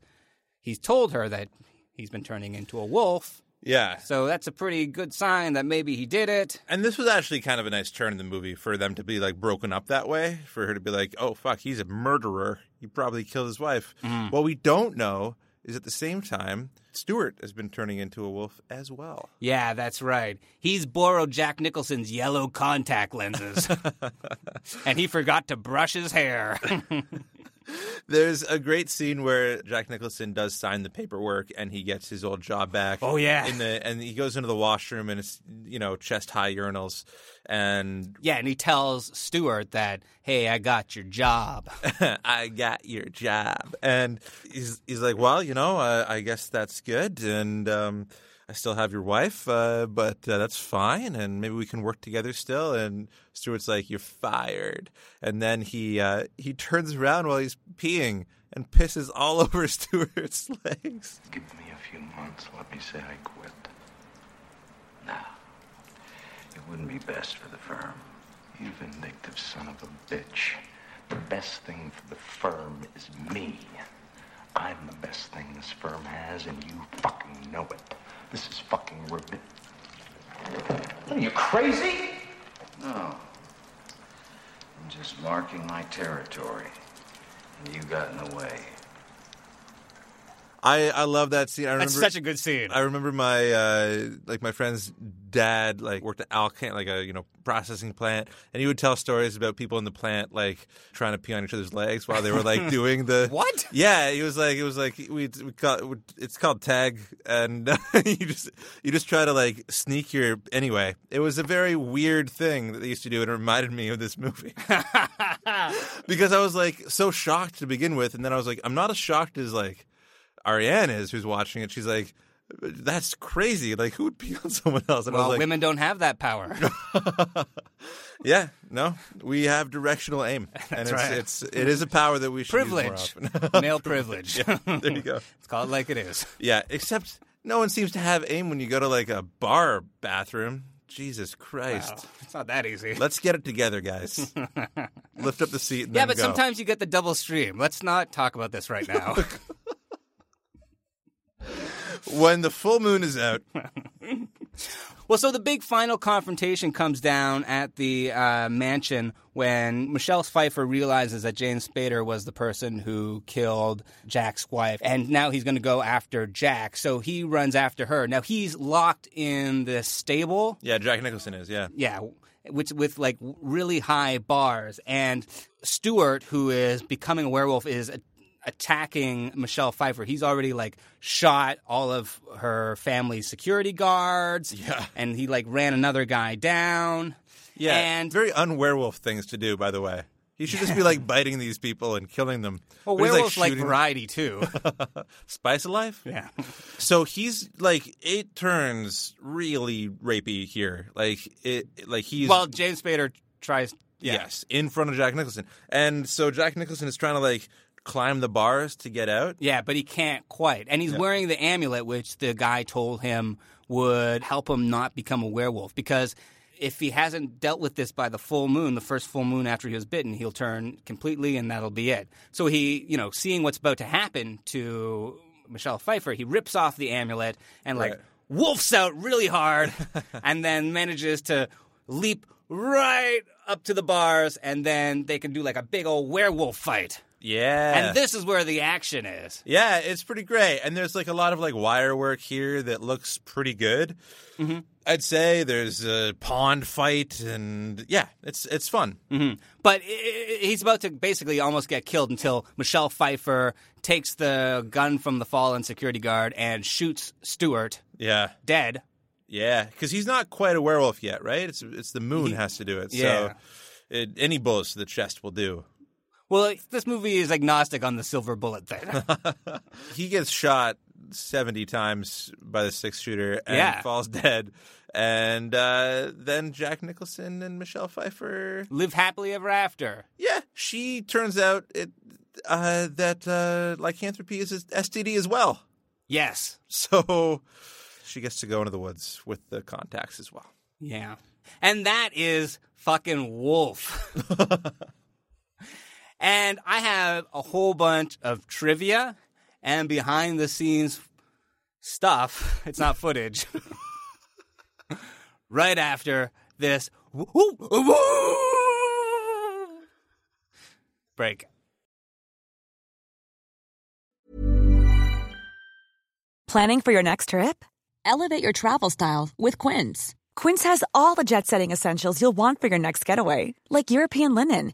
Speaker 4: he's told her that he's been turning into a wolf.
Speaker 5: Yeah.
Speaker 4: So that's a pretty good sign that maybe he did it.
Speaker 5: And this was actually kind of a nice turn in the movie for them to be like broken up that way, for her to be like, oh, fuck, he's a murderer. He probably killed his wife.
Speaker 4: Mm-hmm.
Speaker 5: What we don't know is at the same time, Stuart has been turning into a wolf as well.
Speaker 4: Yeah, that's right. He's borrowed Jack Nicholson's yellow contact lenses. and he forgot to brush his hair.
Speaker 5: There's a great scene where Jack Nicholson does sign the paperwork and he gets his old job back.
Speaker 4: Oh, yeah.
Speaker 5: In the, and he goes into the washroom and it's, you know, chest high urinals. And
Speaker 4: yeah, and he tells Stewart that, hey, I got your job.
Speaker 5: I got your job. And he's he's like, well, you know, uh, I guess that's good, and um, I still have your wife, uh, but uh, that's fine, and maybe we can work together still. And Stuart's like, you're fired. And then he uh, he turns around while he's peeing and pisses all over Stuart's legs.
Speaker 8: Give me a few months. Let me say I quit. Now, it wouldn't be best for the firm. You vindictive son of a bitch. The best thing for the firm is me. I'm the best thing this firm has, and you fucking know it. This is fucking ridiculous. What are you crazy?
Speaker 1: No. I'm just marking my territory. And you got in the way.
Speaker 5: I, I love that scene. I remember
Speaker 4: That's such a good scene.
Speaker 5: I remember my uh, like my friend's dad like worked at Alcan like a you know processing plant, and he would tell stories about people in the plant like trying to pee on each other's legs while they were like doing the
Speaker 4: What?
Speaker 5: Yeah, he was like it was like we, we call it's called tag, and you just you just try to like sneak your anyway. It was a very weird thing that they used to do, and it reminded me of this movie because I was like so shocked to begin with, and then I was like, I'm not as shocked as like Ariane is, who's watching it. She's like, that's crazy. Like, who would pee on someone else? And I
Speaker 4: well,
Speaker 5: was like,
Speaker 4: women don't have that power.
Speaker 5: yeah, no, we have directional aim, and it's,
Speaker 4: right.
Speaker 5: it's it is a power that we should use more
Speaker 4: privilege.
Speaker 5: often.
Speaker 4: Male privilege.
Speaker 5: there you go.
Speaker 4: Let's call it like it is.
Speaker 5: Yeah, except no one seems to have aim when you go to like a bar bathroom. Jesus Christ.
Speaker 4: Oh, it's not that easy.
Speaker 5: Let's get it together, guys. Lift up the seat. And
Speaker 4: yeah,
Speaker 5: then
Speaker 4: but
Speaker 5: go.
Speaker 4: sometimes you get the double stream. Let's not talk about this right now.
Speaker 5: when the full moon is out,
Speaker 4: Well, so the big final confrontation comes down at the uh, mansion when Michelle Pfeiffer realizes that James Spader was the person who killed Jack's wife, and now he's going to go after Jack. So he runs after her. Now he's locked in the stable.
Speaker 5: yeah, Jack Nicholson is yeah.
Speaker 4: Yeah. Which with like really high bars, and Stuart, who is becoming a werewolf, is a- attacking Michelle Pfeiffer. He's already like shot all of her family's security guards,
Speaker 5: Yeah.
Speaker 4: and he like ran another guy down.
Speaker 5: Yeah,
Speaker 4: and
Speaker 5: very unwerewolf things to do, by the way. He should just be like biting these people and killing them.
Speaker 4: well,
Speaker 5: But he's,
Speaker 4: werewolves like,
Speaker 5: shooting-
Speaker 4: variety too.
Speaker 5: spice of life.
Speaker 4: yeah,
Speaker 5: So he's like it turns really rapey here. Like it, like he's
Speaker 4: well, James Spader tries. Yeah.
Speaker 5: yes in front of Jack Nicholson, and so Jack Nicholson is trying to like climb the bars to get out.
Speaker 4: Yeah, but he can't quite. And he's wearing the amulet, which the guy told him would help him not become a werewolf. Because if he hasn't dealt with this by the full moon, the first full moon after he was bitten, he'll turn completely and that'll be it. So he, you know, seeing what's about to happen to Michelle Pfeiffer, he rips off the amulet and, like,
Speaker 5: Right.
Speaker 4: wolfs out really hard, and then manages to leap right up to the bars, and then they can do like a big old werewolf fight.
Speaker 5: Yeah.
Speaker 4: And this is where the action is.
Speaker 5: Yeah, it's pretty great. And there's like a lot of like wire work here that looks pretty good.
Speaker 4: Mm-hmm.
Speaker 5: I'd say there's a pond fight, and yeah, it's it's fun.
Speaker 4: But i- i- he's about to basically almost get killed until Michelle Pfeiffer takes the gun from the fallen security guard and shoots Stewart
Speaker 5: Yeah,
Speaker 4: dead.
Speaker 5: yeah, because he's not quite a werewolf yet, right? It's it's the moon has to do it.
Speaker 4: yeah.
Speaker 5: So it, any bullets to the chest will do.
Speaker 4: Well, it's- this movie is agnostic on the silver bullet thing.
Speaker 5: He gets shot seventy times by the six shooter and
Speaker 4: Yeah.
Speaker 5: falls dead. And uh, then Jack Nicholson and Michelle Pfeiffer
Speaker 4: Live happily ever after.
Speaker 5: Yeah, she turns out it, uh, that uh, lycanthropy is a STD as well.
Speaker 4: Yes.
Speaker 5: So she gets to go into the woods with the contacts as well.
Speaker 4: Yeah. And that is fucking Wolf. and I have a whole bunch of trivia and behind the scenes stuff. It's not footage. right after this break.
Speaker 9: Planning for your next trip?
Speaker 10: Elevate your travel style with Quince.
Speaker 9: Quince has all the jet setting essentials you'll want for your next getaway, like European linen,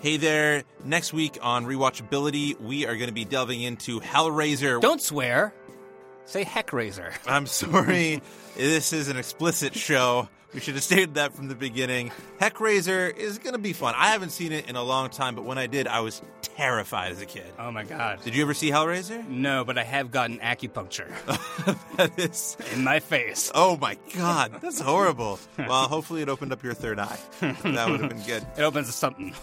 Speaker 5: Hey there. Next week on Rewatchability, we are going to be delving into Hellraiser.
Speaker 4: Don't swear. Say Heckraiser.
Speaker 5: I'm sorry. this is an explicit show. We should have stated that from the beginning. Heckraiser is going to be fun. I haven't seen it in a long time, but when I did, I was terrified as a kid.
Speaker 4: Oh my god.
Speaker 5: Did you ever see Hellraiser?
Speaker 4: No, but I have gotten acupuncture
Speaker 5: that is
Speaker 4: in my face.
Speaker 5: Oh my God, that's horrible. Well, hopefully it opened up your third eye. That would have been good.
Speaker 4: It opens to something.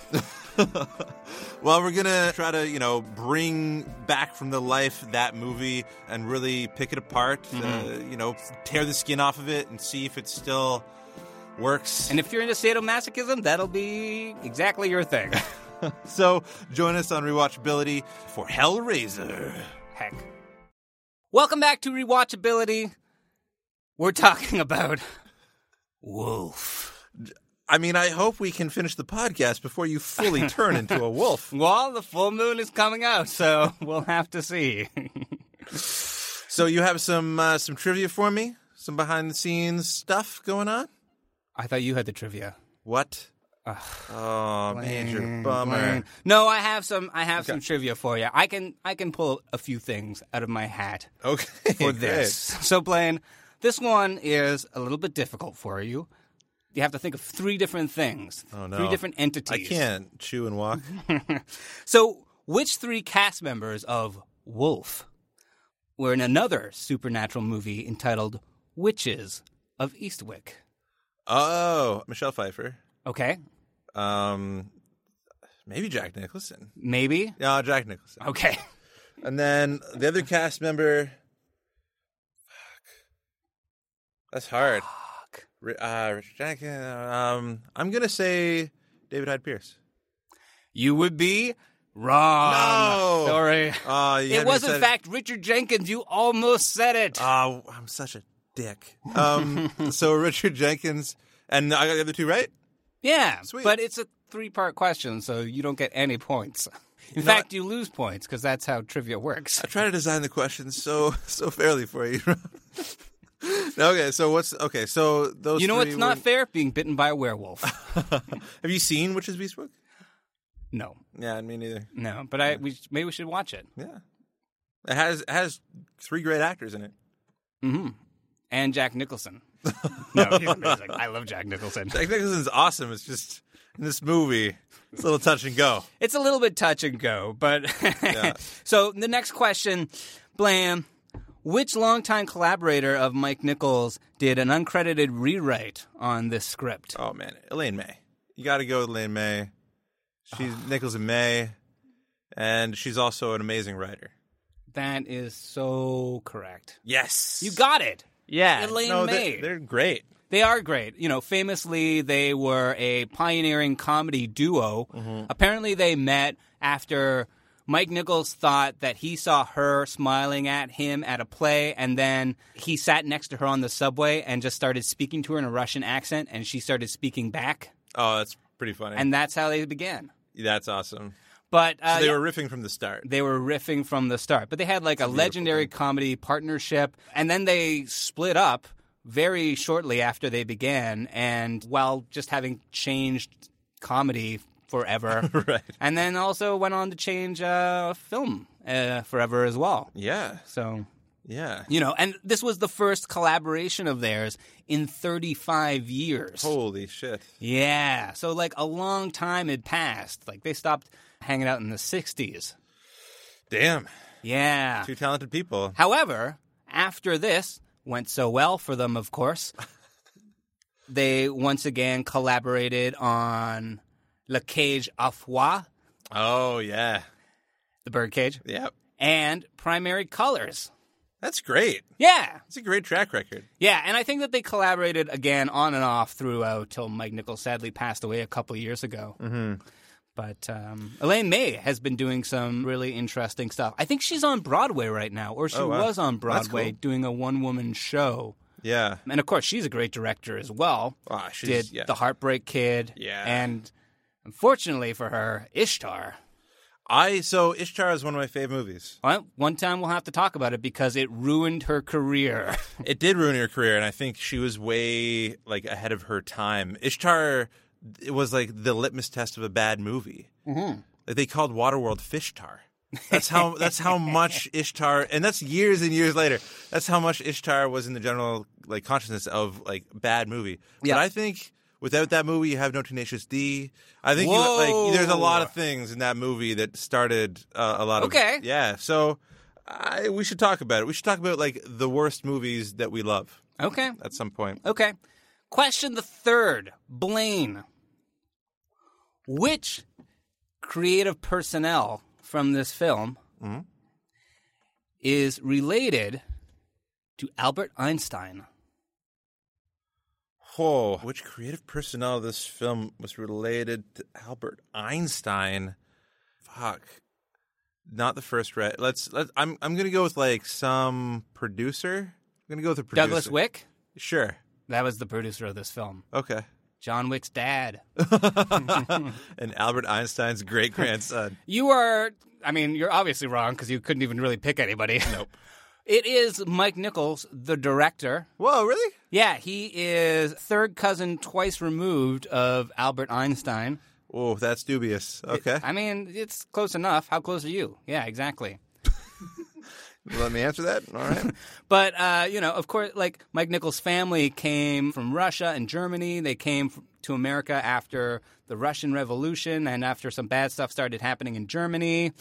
Speaker 5: Well, we're gonna try to, you know, bring back from the life that movie and really pick it apart. Uh, you know, tear the skin off of it and see if it still works.
Speaker 4: And if you're into sadomasochism, that'll be exactly your thing.
Speaker 5: so, join us on rewatchability for Hellraiser.
Speaker 4: Heck. Welcome back to Rewatchability. We're talking about Wolf.
Speaker 5: I mean, I hope we can finish the podcast before you fully turn into a wolf.
Speaker 4: Well, the full moon is coming out, so we'll have to see.
Speaker 5: So, you have some uh, some trivia for me, some behind the scenes stuff going on.
Speaker 4: I thought you had the trivia.
Speaker 5: What? oh, major bummer.
Speaker 4: Uh, No, I have some. I have some trivia for you. I can. I can pull a few things out of my hat.
Speaker 5: Okay.
Speaker 4: for
Speaker 5: great.
Speaker 4: this. So, Blaine, this one is a little bit difficult for you. You have to think of three different things,
Speaker 5: Oh, no.
Speaker 4: three different
Speaker 5: I
Speaker 4: entities. Mm-hmm.
Speaker 5: can't chew and walk.
Speaker 4: So, which three cast members of Wolf were in another supernatural movie entitled Witches of Eastwick?
Speaker 5: Oh, Michelle Pfeiffer.
Speaker 4: Okay,
Speaker 5: Um, maybe Jack Nicholson.
Speaker 4: maybe.
Speaker 5: No, Jack Nicholson.
Speaker 4: Okay,
Speaker 5: And then the other cast member. Fuck. That's hard. Fuck. Uh, Richard Jenkins. Um, I'm gonna say David Hyde Pierce.
Speaker 4: you would be wrong.
Speaker 5: No!
Speaker 4: sorry.
Speaker 5: Uh,
Speaker 4: it was in fact Richard Jenkins. You almost said it.
Speaker 5: Oh, I'm such a dick. Um, so Richard Jenkins and I got the other two right.
Speaker 4: Yeah,
Speaker 5: Sweet.
Speaker 4: but it's a three-part question, so you don't get any points. In fact, you lose points because that's how trivia works.
Speaker 5: I try to design the questions so so fairly for you. okay, so what's okay? So those
Speaker 4: You know
Speaker 5: three
Speaker 4: what's not
Speaker 5: were-
Speaker 4: fair? Being bitten by a werewolf.
Speaker 5: Have you seen Witches Beastbook?
Speaker 4: no,
Speaker 5: Yeah, me neither.
Speaker 4: no. But I we, maybe we should watch it.
Speaker 5: Yeah, it has it has three great actors in it.
Speaker 4: And Jack Nicholson. no, he's amazing. I love Jack Nicholson.
Speaker 5: Jack Nicholson's awesome. It's just in this movie, it's a little touch and go.
Speaker 4: It's a little bit touch and go, but
Speaker 5: Yeah.
Speaker 4: so the next question, Blam. Which longtime collaborator of Mike Nichols did an uncredited rewrite on this script?
Speaker 5: Oh man, Elaine May. You got to go with Elaine May. She's Nichols and May, and she's also an amazing writer.
Speaker 4: That is so correct.
Speaker 5: Yes,
Speaker 4: You got it.
Speaker 11: Yeah.
Speaker 4: Elaine
Speaker 5: no,
Speaker 4: May.
Speaker 5: They're, they're great.
Speaker 4: They are great. You know, famously, they were a pioneering comedy duo.
Speaker 5: Mm-hmm.
Speaker 4: Apparently, they met after Mike Nichols thought that he saw her smiling at him at a play, and then he sat next to her on the subway and just started speaking to her in a Russian accent, and she started speaking back,
Speaker 5: Oh, that's pretty funny.
Speaker 4: and that's how they began.
Speaker 5: that's awesome.
Speaker 4: But
Speaker 5: So
Speaker 4: uh,
Speaker 5: they
Speaker 4: yeah,
Speaker 5: were riffing from the start.
Speaker 4: they were riffing from the start, but they had like a legendary comedy partnership, and then they split up very shortly after they began, and while just having changed comedy forever,
Speaker 5: Right.
Speaker 4: And then also went on to change uh, film uh, forever as well.
Speaker 5: Yeah,
Speaker 4: So
Speaker 5: yeah.
Speaker 4: you know, and this was the first collaboration of theirs in 35 years.
Speaker 5: Holy shit.
Speaker 4: Yeah, so like a long time had passed. Like they stopped hanging out in the 60s.
Speaker 5: Damn.
Speaker 4: Yeah.
Speaker 5: Two talented people.
Speaker 4: However, after this went so well for them, of course, they once again collaborated on Le Cage à Foie,
Speaker 5: Oh yeah.
Speaker 4: the birdcage,
Speaker 5: Yep.
Speaker 4: and Primary Colors.
Speaker 5: That's great.
Speaker 4: Yeah.
Speaker 5: It's a great track record.
Speaker 4: Yeah, and I think that they collaborated again on and off throughout till Mike Nichols sadly passed away a couple years ago. Mm-hmm. But um, Elaine May has been doing some really interesting stuff. I think she's on Broadway right now, or she
Speaker 5: Oh, wow.
Speaker 4: was on
Speaker 5: That's
Speaker 4: Broadway
Speaker 5: cool.
Speaker 4: doing a one woman show.
Speaker 5: Yeah.
Speaker 4: And of course, she's a great director as well.
Speaker 5: Ah, she's-
Speaker 4: Did
Speaker 5: yeah.
Speaker 4: The Heartbreak Kid.
Speaker 5: Yeah.
Speaker 4: And unfortunately for her, Ishtar.
Speaker 5: I so Ishtar is one of my favorite movies.
Speaker 4: Well, one time we'll have to talk about it because it ruined her career.
Speaker 5: It did ruin her career, and I think she was way like ahead of her time. Ishtar, it was like the litmus test of a bad movie. Mm-hmm. Like they called Waterworld Fishtar. That's how. that's how much Ishtar, and that's years and years later. That's how much Ishtar was in the general like consciousness of like bad movie.
Speaker 4: Yeah.
Speaker 5: But I think. Without that movie, you have no Tenacious D. I think you, like there's a lot
Speaker 4: Whoa.
Speaker 5: of things in that movie that started uh, a lot of
Speaker 4: Okay.
Speaker 5: yeah. So I, we should talk about it. We should talk about like the worst movies that we love
Speaker 4: okay.
Speaker 5: at some point.
Speaker 4: Okay. Question the third, Blaine. Which creative personnel from this film
Speaker 5: Mm-hmm.
Speaker 4: is related to Albert Einstein?
Speaker 5: Oh, which creative personnel of this film was related to Albert Einstein? Fuck, not the first red. Let's. Let, I'm. I'm gonna go with like some producer. I'm gonna go with a producer.
Speaker 4: Douglas Wick?
Speaker 5: Sure.
Speaker 4: That was the producer of this film.
Speaker 5: Okay.
Speaker 4: John Wick's dad.
Speaker 5: and Albert Einstein's great grandson.
Speaker 4: You are, I mean, you're obviously wrong because you couldn't even really pick anybody. Nope. it is Mike Nichols, the director.
Speaker 5: Whoa, really?
Speaker 4: Yeah, he is third cousin twice removed of Albert Einstein.
Speaker 5: Oh, that's dubious. Okay.
Speaker 4: I mean, it's close enough. How close are you? Yeah, exactly.
Speaker 5: Let me answer that. All right.
Speaker 4: But, uh, you know, of course, like Mike Nichols' family came from Russia and Germany. They came f- to America after the Russian Revolution and after some bad stuff started happening in Germany.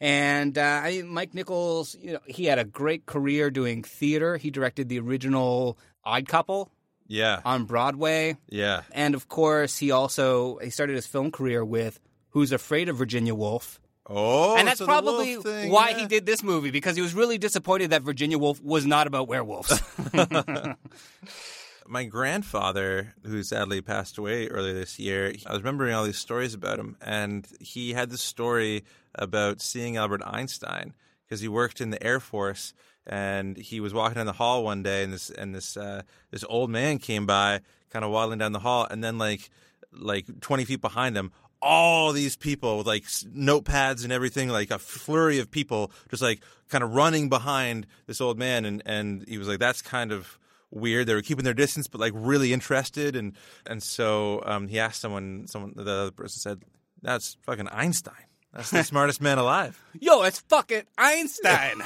Speaker 4: And uh, I mean, Mike Nichols, you know, he had a great career doing theater. He directed the original Odd Couple
Speaker 5: Yeah.
Speaker 4: on Broadway.
Speaker 5: Yeah.
Speaker 4: And of course, he also he started his film career with Who's Afraid of Virginia Woolf.
Speaker 5: Oh,
Speaker 4: and that's
Speaker 5: so the wolf
Speaker 4: probably
Speaker 5: thing,
Speaker 4: why
Speaker 5: yeah.
Speaker 4: he did this movie because he was really disappointed that Virginia Woolf was not about werewolves.
Speaker 5: My grandfather, who sadly passed away earlier this year, I was remembering all these stories about him, and he had this story about seeing Albert Einstein because he worked in the Air Force, and he was walking down the hall one day, and this and this uh, this old man came by, kind of waddling down the hall, and then like like 20 feet behind him all these people with like s- notepads and everything like a flurry of people just like kind of running behind this old man and and he was like that's kind of weird they were keeping their distance but like really interested and and so um he asked someone someone the other person said that's fucking einstein that's the smartest man alive
Speaker 4: Yo, it's fucking Einstein.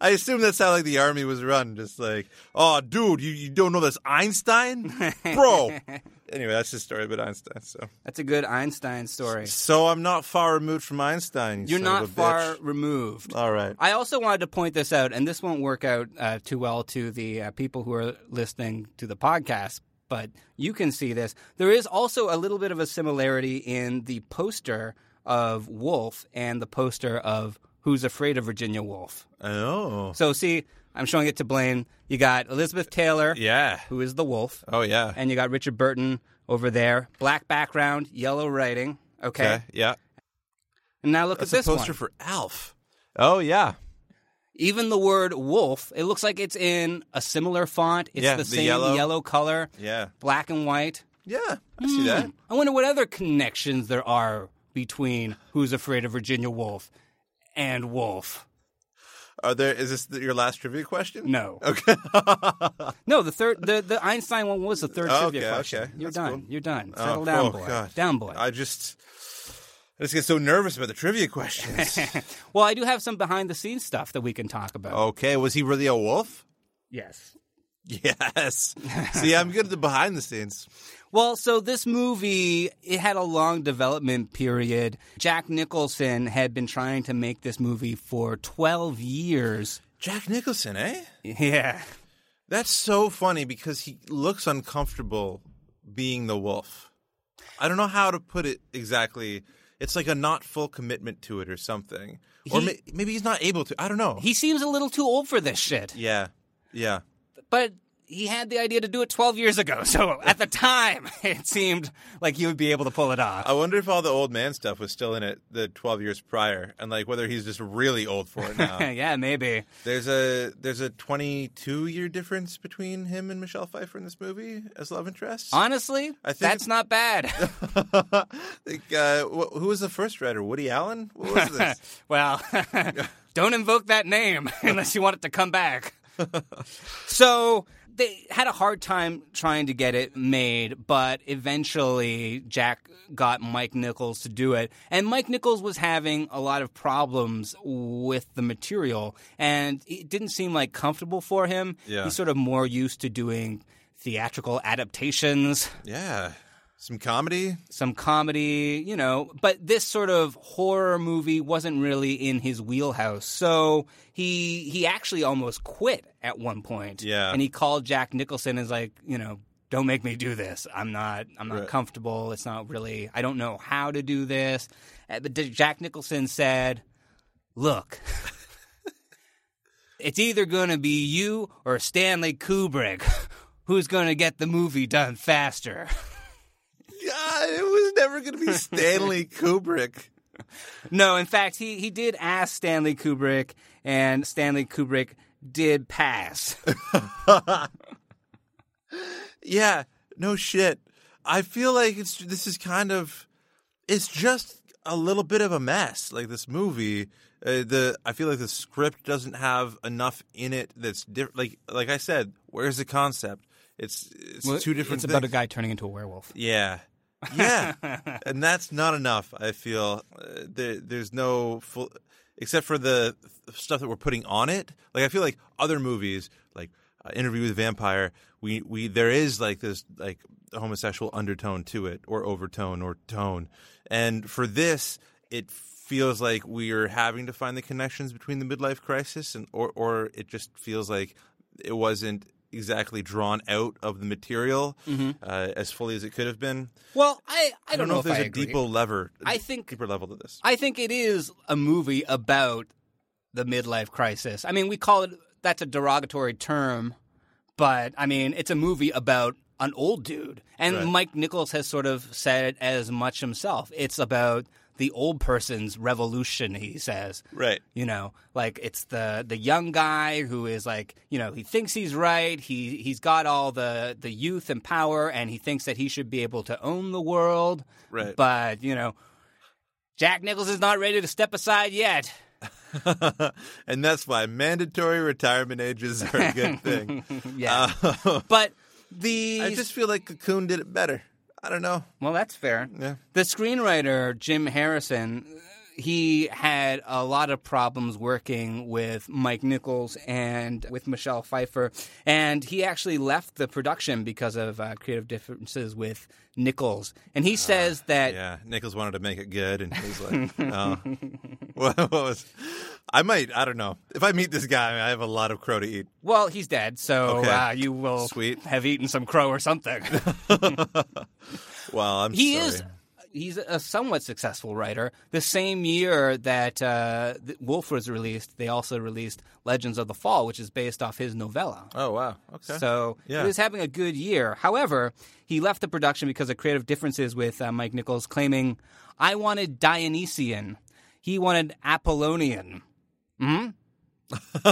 Speaker 5: I assume that's how like the army was run. Just like, oh, dude, you, you don't know this Einstein, bro. anyway, that's the story about Einstein. So,
Speaker 4: That's a good Einstein story.
Speaker 5: so I'm not far removed from Einstein. You
Speaker 4: You're
Speaker 5: son
Speaker 4: not
Speaker 5: of a
Speaker 4: far
Speaker 5: bitch.
Speaker 4: removed.
Speaker 5: All right.
Speaker 4: I also wanted to point this out, and this won't work out uh, too well to the uh, people who are listening to the podcast, but you can see this. There is also a little bit of a similarity in the poster of Wolf and the poster of Who's Afraid of Virginia Woolf.
Speaker 5: Oh.
Speaker 4: So, see, I'm showing it to Blaine. You got Elizabeth Taylor,
Speaker 5: Yeah.
Speaker 4: who is the wolf,
Speaker 5: Oh yeah.
Speaker 4: and you got Richard Burton over there. Black background, yellow writing. Okay.
Speaker 5: Okay. Yeah.
Speaker 4: And now look
Speaker 5: That's
Speaker 4: at
Speaker 5: a
Speaker 4: this
Speaker 5: poster
Speaker 4: one.
Speaker 5: for Alf. Oh yeah.
Speaker 4: Even the word wolf, it looks like it's in a similar font. It's
Speaker 5: Yeah,
Speaker 4: the,
Speaker 5: the
Speaker 4: same
Speaker 5: yellow.
Speaker 4: color,
Speaker 5: Yeah.
Speaker 4: black and white. Hmm.
Speaker 5: Yeah. I see that.
Speaker 4: I wonder what other connections there are between Who's Afraid of Virginia Woolf and Wolf.
Speaker 5: Are there? Is this the, your last trivia question?
Speaker 4: No. Okay. no, the third, the, the Einstein one was the third
Speaker 5: Oh,
Speaker 4: trivia
Speaker 5: okay,
Speaker 4: question.
Speaker 5: okay.
Speaker 4: You're
Speaker 5: That's
Speaker 4: done.
Speaker 5: cool.
Speaker 4: You're done.
Speaker 5: Oh,
Speaker 4: Settle down,
Speaker 5: oh,
Speaker 4: boy.
Speaker 5: God.
Speaker 4: Down, boy.
Speaker 5: I just. I just get so nervous about the trivia questions.
Speaker 4: well, I do have some behind the scenes stuff that we can talk about.
Speaker 5: okay, was he really a wolf?
Speaker 4: Yes.
Speaker 5: Yes. See, I'm good at the behind the scenes.
Speaker 4: Well, so this movie, it had a long development period. Jack Nicholson had been trying to make this movie for 12 years.
Speaker 5: Jack Nicholson, eh?
Speaker 4: Yeah.
Speaker 5: That's so funny because he looks uncomfortable being the wolf. I don't know how to put it exactly. It's like a not full commitment to it or something. or
Speaker 4: He-
Speaker 5: may- maybe he's not able to. I don't know.
Speaker 4: He seems a little too old for this shit.
Speaker 5: yeah. Yeah.
Speaker 4: But he had the idea to do it 12 years ago. So at the time, it seemed like he would be able to pull it off.
Speaker 5: I wonder if all the old man stuff was still in it the 12 years prior and like whether he's just really old for it now.
Speaker 4: yeah, maybe.
Speaker 5: there's a there's a 22 year difference between him and Michelle Pfeiffer in this movie as love interests.
Speaker 4: Honestly,
Speaker 5: I think-
Speaker 4: that's not bad.
Speaker 5: like, uh, wh- who was the first writer? Woody Allen? What was this?
Speaker 4: well, don't invoke that name unless you want it to come back. so they had a hard time trying to get it made, but eventually Jack got Mike Nichols to do it. And Mike Nichols was having a lot of problems with the material, and it didn't seem like comfortable for him.
Speaker 5: Yeah.
Speaker 4: He's sort of more used to doing theatrical adaptations
Speaker 5: yeah, some comedy.
Speaker 4: some comedy, you know, but this sort of horror movie wasn't really in his wheelhouse. So he he actually almost quit at one point.
Speaker 5: Yeah.
Speaker 4: And he called Jack Nicholson and is like, you know, don't make me do this. I'm not I'm not
Speaker 5: Right.
Speaker 4: comfortable. It's not really I don't know how to do this. Uh, But Jack Nicholson said, "Look, it's either going to be you or Stanley Kubrick who's going to get the movie done faster."
Speaker 5: God, it was never going to be Stanley Kubrick.
Speaker 4: No, in fact, he, he did ask Stanley Kubrick, and Stanley Kubrick did pass.
Speaker 5: Yeah, no shit. I feel like it's this is kind of it's just a little bit of a mess. Like this movie, uh, the I feel like the script doesn't have enough in it that's different. Like like I said, where's the concept? It's it's two different.
Speaker 4: It's about a
Speaker 5: things.
Speaker 4: guy turning into a werewolf.
Speaker 5: Yeah. Yeah. and that's not enough, I feel. Uh, there, there's no full, except for the th- stuff that we're putting on it. Like, I feel like other movies, like uh, Interview with a Vampire, we, we, there is like this, like, homosexual undertone to it, or overtone, or tone. And for this, it feels like we are having to find the connections between the midlife crisis and, or, or it just feels like it wasn't exactly drawn out of the material uh, as fully as it could have been.
Speaker 4: Well, I, I, don't, know,
Speaker 5: if there's
Speaker 4: I
Speaker 5: a
Speaker 4: agree.
Speaker 5: deeper lever.
Speaker 4: I think-
Speaker 5: deeper level to this.
Speaker 4: I think it is a movie about the midlife crisis. I mean, we call it that's a derogatory term, but I mean, it's a movie about an old dude. And
Speaker 5: Right.
Speaker 4: Mike Nichols has sort of said it as much himself. It's about the old person's revolution, he says.
Speaker 5: Right.
Speaker 4: You know, like it's the the young guy who is like, you know, he thinks he's right. He he's got all the the youth and power, and he thinks that he should be able to own the world.
Speaker 5: Right.
Speaker 4: But you know, Jack Nicholson's not ready to step aside yet.
Speaker 5: and that's why mandatory retirement ages are a good thing.
Speaker 4: Yeah. but the
Speaker 5: I just feel like Cocoon did it better. I don't know.
Speaker 4: well, that's fair.
Speaker 5: Yeah.
Speaker 4: The screenwriter Jim Harrison, he had a lot of problems working with Mike Nichols and with Michelle Pfeiffer, and he actually left the production because of uh, creative differences with Nichols. And he says that
Speaker 5: Ah, Yeah, Nichols wanted to make it good, and he's like, "Oh, what, what was?" I might, I don't know. If I meet this guy, I have a lot of crow to eat.
Speaker 4: Well, he's dead, so
Speaker 5: Okay.
Speaker 4: uh, you will
Speaker 5: Sweet.
Speaker 4: have eaten some crow or something.
Speaker 5: Well, I'm
Speaker 4: he
Speaker 5: sorry.
Speaker 4: is he's a somewhat successful writer. The same year that uh, th- Wolf was released, they also released Legends of the Fall, which is based off his novella.
Speaker 5: Oh wow. Okay.
Speaker 4: So
Speaker 5: Yeah.
Speaker 4: he was having a good year. However, he left the production because of creative differences with uh, Mike Nichols, claiming, "I wanted Dionysian, he wanted Apollonian." Hmm.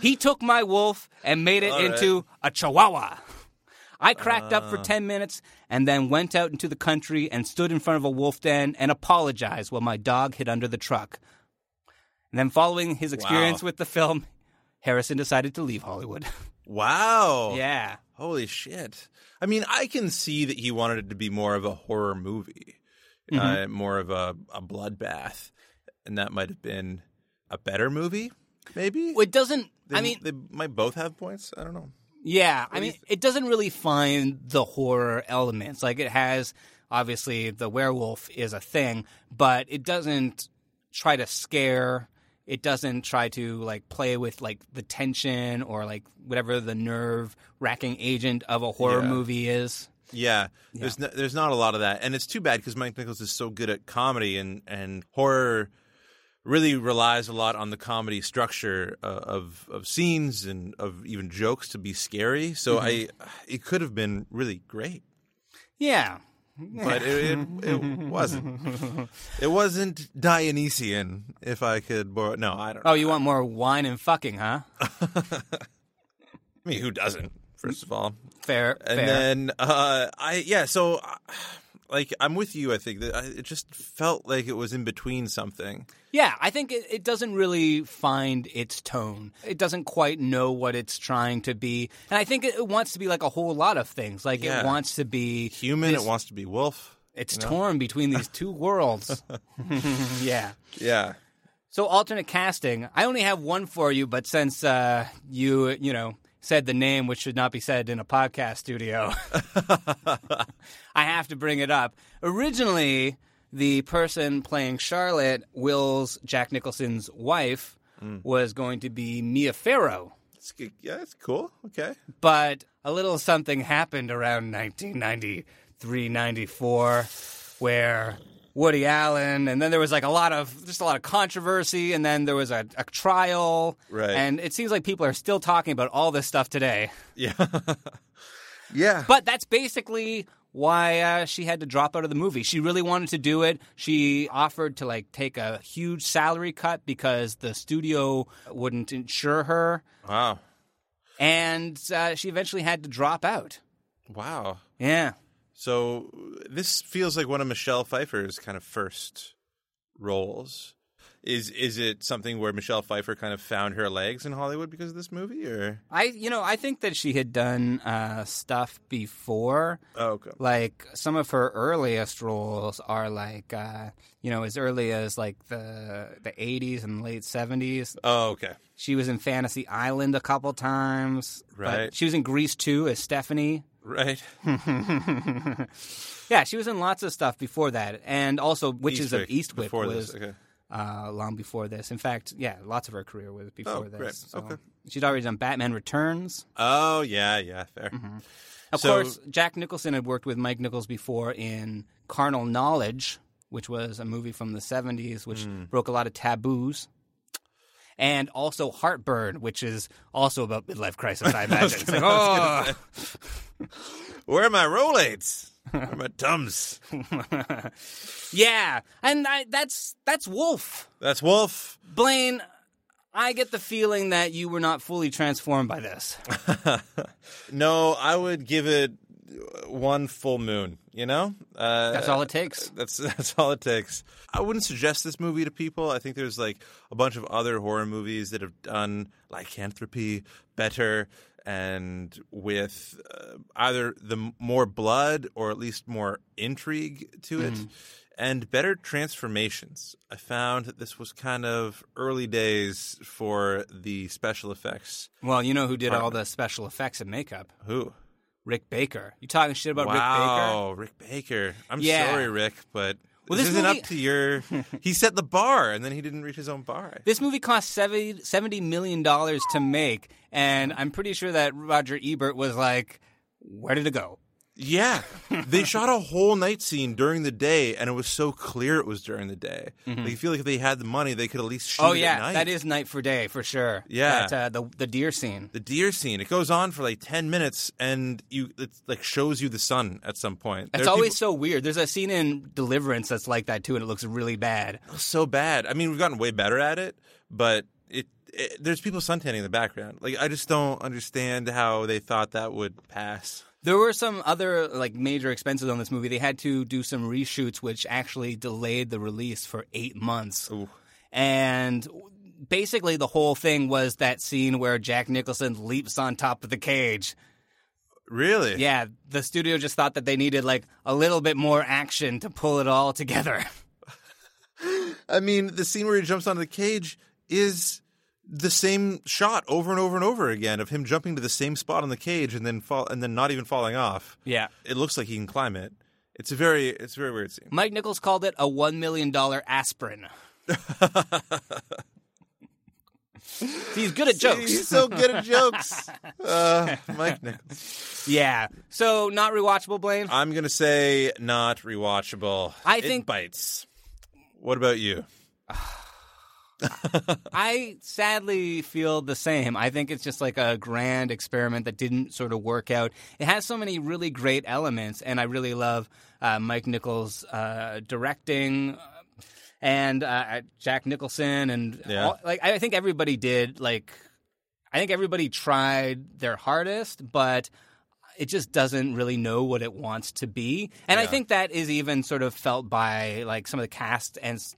Speaker 4: he took my wolf and made it
Speaker 5: All right. Uh.
Speaker 4: into a Chihuahua. I cracked up for ten minutes and then went out into the country and stood in front of a wolf den and apologized while my dog hid under the truck. And then, following his experience with the film, Harrison decided to leave Hollywood.
Speaker 5: wow.
Speaker 4: Yeah.
Speaker 5: Holy shit. I mean, I can see that he wanted it to be more of a horror movie, uh,
Speaker 4: Mm-hmm.
Speaker 5: more of a, a bloodbath, and that might have been a better movie, maybe.
Speaker 4: It doesn't,
Speaker 5: They-
Speaker 4: I mean,
Speaker 5: they might both have points. I don't know.
Speaker 4: yeah, I mean, it doesn't really find the horror elements. Like, it has, obviously, the werewolf is a thing, but it doesn't try to scare. It doesn't try to, like, play with, like, the tension or, like, whatever the nerve wracking agent of a horror
Speaker 5: Yeah.
Speaker 4: movie is.
Speaker 5: Yeah, there's no, there's not a lot of that, and it's too bad because Mike Nichols is so good at comedy and and horror really relies a lot on the comedy structure uh, of of scenes and of even jokes to be scary. So
Speaker 4: Mm-hmm.
Speaker 5: I it could have been really great,
Speaker 4: Yeah.
Speaker 5: but it it, it wasn't. It wasn't Dionysian. If I could borrow, no, I don't.
Speaker 4: Oh, you want more wine and fucking, huh?
Speaker 5: I mean, who doesn't? First of all,
Speaker 4: Fair.
Speaker 5: and
Speaker 4: fair.
Speaker 5: then uh i yeah so uh, like i'm with you i think that I, it just felt like it was in between something
Speaker 4: Yeah, I think it, it doesn't really find its tone. It doesn't quite know what it's trying to be. And I think it, it wants to be like a whole lot of things. Like
Speaker 5: Yeah.
Speaker 4: it wants to be
Speaker 5: human
Speaker 4: this-
Speaker 5: it wants to be wolf
Speaker 4: It's torn between these two worlds. yeah.
Speaker 5: yeah
Speaker 4: So alternate casting. I only have one for you, but since uh, you you know said the name, which should not be said in a podcast studio, I have to bring it up. Originally, the person playing Charlotte, Will's Jack Nicholson's wife, was going to be Mia Farrow,
Speaker 5: it's, good. yeah it's cool okay
Speaker 4: but a little something happened around 1993, 94, where Woody Allen, and then there was like a lot of just a lot of controversy, and then there was a, a trial,
Speaker 5: Right.
Speaker 4: And it seems like people are still talking about all this stuff today.
Speaker 5: yeah yeah
Speaker 4: But that's basically why uh, she had to drop out of the movie. She really wanted to do it. She offered to like take a huge salary cut because the studio wouldn't insure her,
Speaker 5: wow
Speaker 4: and uh, she eventually had to drop out.
Speaker 5: wow
Speaker 4: Yeah.
Speaker 5: so this feels like one of michelle pfeiffer's kind of first roles is is it something where michelle pfeiffer kind of found her legs in hollywood because of this movie or
Speaker 4: I you know I think that she had done uh, stuff before.
Speaker 5: oh okay
Speaker 4: Like some of her earliest roles are like uh, you know as early as like the the 80s and late 70s.
Speaker 5: oh okay
Speaker 4: She was in Fantasy Island a couple times. but
Speaker 5: Right.
Speaker 4: she was in Grease too as Stephanie.
Speaker 5: right
Speaker 4: Yeah, she was in lots of stuff before that, and also Witches of
Speaker 5: Eastwick
Speaker 4: Eastwick
Speaker 5: before
Speaker 4: was
Speaker 5: this, okay.
Speaker 4: uh, long before this. In fact, yeah, lots of her career was before
Speaker 5: Oh,
Speaker 4: this.
Speaker 5: great. Okay.
Speaker 4: She'd already done Batman Returns.
Speaker 5: Oh yeah, yeah, fair.
Speaker 4: Of
Speaker 5: So-
Speaker 4: course, Jack Nicholson had worked with Mike Nichols before in Carnal Knowledge, which was a movie from the 70s, which
Speaker 5: Hmm.
Speaker 4: broke a lot of taboos. And also Heartburn, which is also about midlife crisis, I imagine. It's like, oh,
Speaker 5: Where are my Rolaids? Where are my Tums?
Speaker 4: oh. yeah. And I, that's that's Wolf.
Speaker 5: That's Wolf.
Speaker 4: Blaine, I get the feeling that you were not fully transformed by this.
Speaker 5: No, I would give it uh, one full moon. You know, uh,
Speaker 4: That's all it takes.
Speaker 5: That's that's all it takes. I wouldn't suggest this movie to people. I think there's like a bunch of other horror movies that have done lycanthropy better and with uh, either the m- more blood or at least more intrigue to it. and better transformations. I found that this was kind of early days for the special effects.
Speaker 4: Well, you know who did all the special effects and makeup?
Speaker 5: Who?
Speaker 4: Rick Baker. You talking shit about Rick Baker?
Speaker 5: wow, Rick Baker. I'm
Speaker 4: Yeah.
Speaker 5: sorry, Rick, but
Speaker 4: Well,
Speaker 5: this,
Speaker 4: this
Speaker 5: isn't
Speaker 4: movie-
Speaker 5: up to your. he set the bar, and then he didn't reach his own bar.
Speaker 4: This movie cost 70 $70 million dollars to make, and I'm pretty sure that Roger Ebert was like, where did it go?
Speaker 5: Yeah, they shot a whole night scene during the day, and it was so clear it was during the day. Like, you feel like if they had the money, they could at least shoot
Speaker 4: Mm-hmm. oh,
Speaker 5: it
Speaker 4: yeah,
Speaker 5: at night.
Speaker 4: that is night for day for sure.
Speaker 5: Yeah.
Speaker 4: That, uh, the, the deer scene.
Speaker 5: the deer scene. It goes on for like ten minutes, and you it like shows you the sun at some point.
Speaker 4: It's
Speaker 5: There are
Speaker 4: always so
Speaker 5: people-
Speaker 4: weird. There's a scene in Deliverance that's like that too, and it looks really bad.
Speaker 5: so bad. I mean, we've gotten way better at it, but it, it there's people suntanning in the background. Like I just don't understand how they thought that would pass.
Speaker 4: There were some other like major expenses on this movie. They had to do some reshoots, which actually delayed the release for eight months. And basically, the whole thing was that scene where Jack Nicholson leaps on top of the cage.
Speaker 5: Really?
Speaker 4: Yeah, the studio just thought that they needed like a little bit more action to pull it all together.
Speaker 5: I mean, the scene where he jumps onto the cage is the same shot over and over and over again of him jumping to the same spot on the cage and then fall and then not even falling off.
Speaker 4: Yeah.
Speaker 5: It looks like he can climb it. It's a very it's a very weird scene.
Speaker 4: Mike Nichols called it a $1 million aspirin. He's good at jokes.
Speaker 5: He's so good at jokes. Uh, Mike Nichols.
Speaker 4: Yeah. So not rewatchable, Blaine.
Speaker 5: I'm gonna say not rewatchable.
Speaker 4: I
Speaker 5: It
Speaker 4: think-
Speaker 5: bites. What about you?
Speaker 4: I sadly feel the same. I think it's just like a grand experiment that didn't sort of work out. It has so many really great elements, and I really love uh, Mike Nichols uh, directing. uh, And uh, Jack Nicholson and
Speaker 5: Yeah.
Speaker 4: all- like I think everybody did like I think everybody tried their hardest, but it just doesn't really know what it wants to be. And I think that is even sort of felt by like some of the cast and s-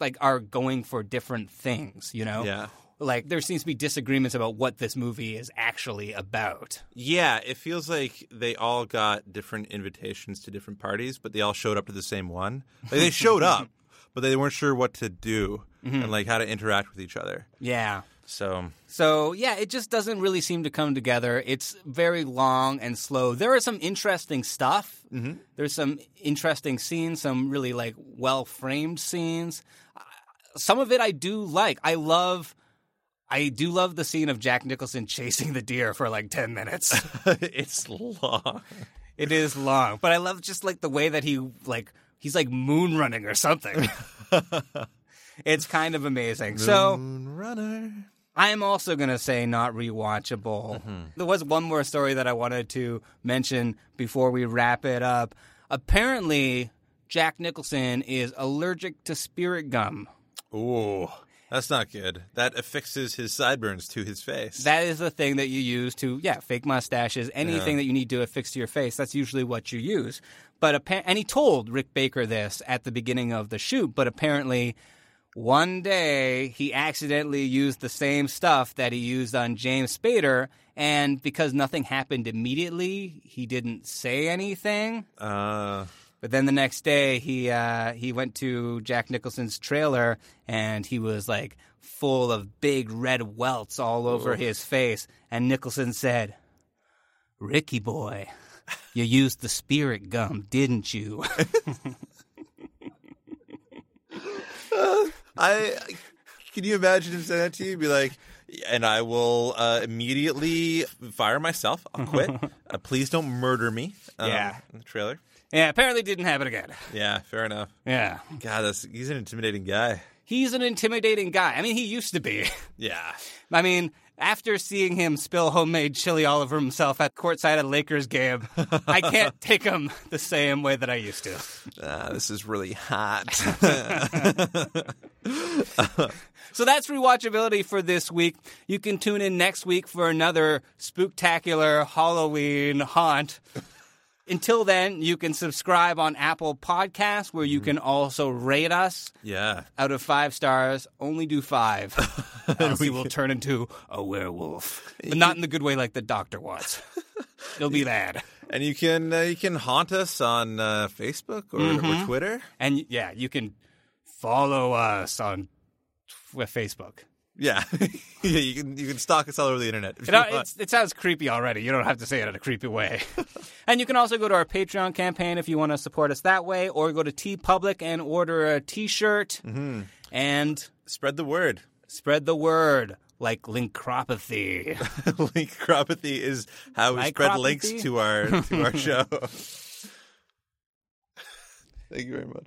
Speaker 4: like are going for different things, you know?
Speaker 5: Yeah.
Speaker 4: Like there seems to be disagreements about what this movie is actually about.
Speaker 5: Yeah, it feels like they all got different invitations to different parties, but they all showed up to the same one. Like they showed up, but they weren't sure what to do and like how to interact with each other.
Speaker 4: Yeah.
Speaker 5: Mm-hmm. So
Speaker 4: So yeah, it just doesn't really seem to come together. It's very long and slow. There is some interesting stuff. Mm-hmm. There's some interesting scenes, some really like well framed scenes. Uh, Some of it I do like. I love. I do love the scene of Jack Nicholson chasing the deer for like ten minutes.
Speaker 5: it's long.
Speaker 4: it is long, but I love just like the way that he like he's like moon running or something. it's kind of amazing. So.
Speaker 5: Runner.
Speaker 4: I'm also going to say not rewatchable. There was one more story that I wanted to mention before we wrap it up. Apparently, Jack Nicholson is allergic to spirit gum.
Speaker 5: Ooh. That's not good. That affixes his sideburns to his face.
Speaker 4: That is the thing that you use to, yeah, fake mustaches, anything that you need to affix to your face. That's usually what you use. But appa- and he told Rick Baker this at the beginning of the shoot, but apparently one day he accidentally used the same stuff that he used on James Spader, and because nothing happened immediately, he didn't say anything.
Speaker 5: uh,
Speaker 4: But then the next day, he uh, he went to Jack Nicholson's trailer, and he was like full of big red welts all over his face. And Nicholson said, "Ricky boy, you used the spirit gum, didn't you?"
Speaker 5: I can you imagine him saying that to you? Be like, and I will uh, immediately fire myself. I'll quit. uh, please don't murder me. Um,
Speaker 4: Yeah.
Speaker 5: in the trailer.
Speaker 4: yeah, apparently it didn't happen again.
Speaker 5: Yeah, fair enough.
Speaker 4: Yeah,
Speaker 5: God, that's he's an intimidating guy.
Speaker 4: he's an intimidating guy. I mean, he used to be.
Speaker 5: Yeah.
Speaker 4: I mean, after seeing him spill homemade chili all over himself at courtside at a Lakers game, I can't take him the same way that I used to.
Speaker 5: Uh, this is really hot.
Speaker 4: So that's rewatchability for this week. You can tune in next week for another spooktacular Halloween haunt. Until then, you can subscribe on Apple Podcasts where you can also rate us
Speaker 5: yeah.
Speaker 4: out of five stars. Only do five. Else we will turn into a werewolf. But not in the good way like the doctor was. It'll be bad.
Speaker 5: And you can uh, you can haunt us on uh, Facebook or, or
Speaker 4: Mhm.
Speaker 5: Twitter.
Speaker 4: And yeah, you can follow us on tw- Facebook.
Speaker 5: Yeah, yeah. You can you can stalk us all over the internet. If
Speaker 4: You
Speaker 5: you
Speaker 4: know,
Speaker 5: want.
Speaker 4: it's, it sounds creepy already. You don't have to say it in a creepy way. and you can also go to our Patreon campaign if you want to support us that way, or go to T Public and order a T-shirt and
Speaker 5: Spread the word.
Speaker 4: spread the word like linkropathy.
Speaker 5: Linkropathy is how we spread links
Speaker 4: Micropathy?
Speaker 5: to our to our show. Thank you very much.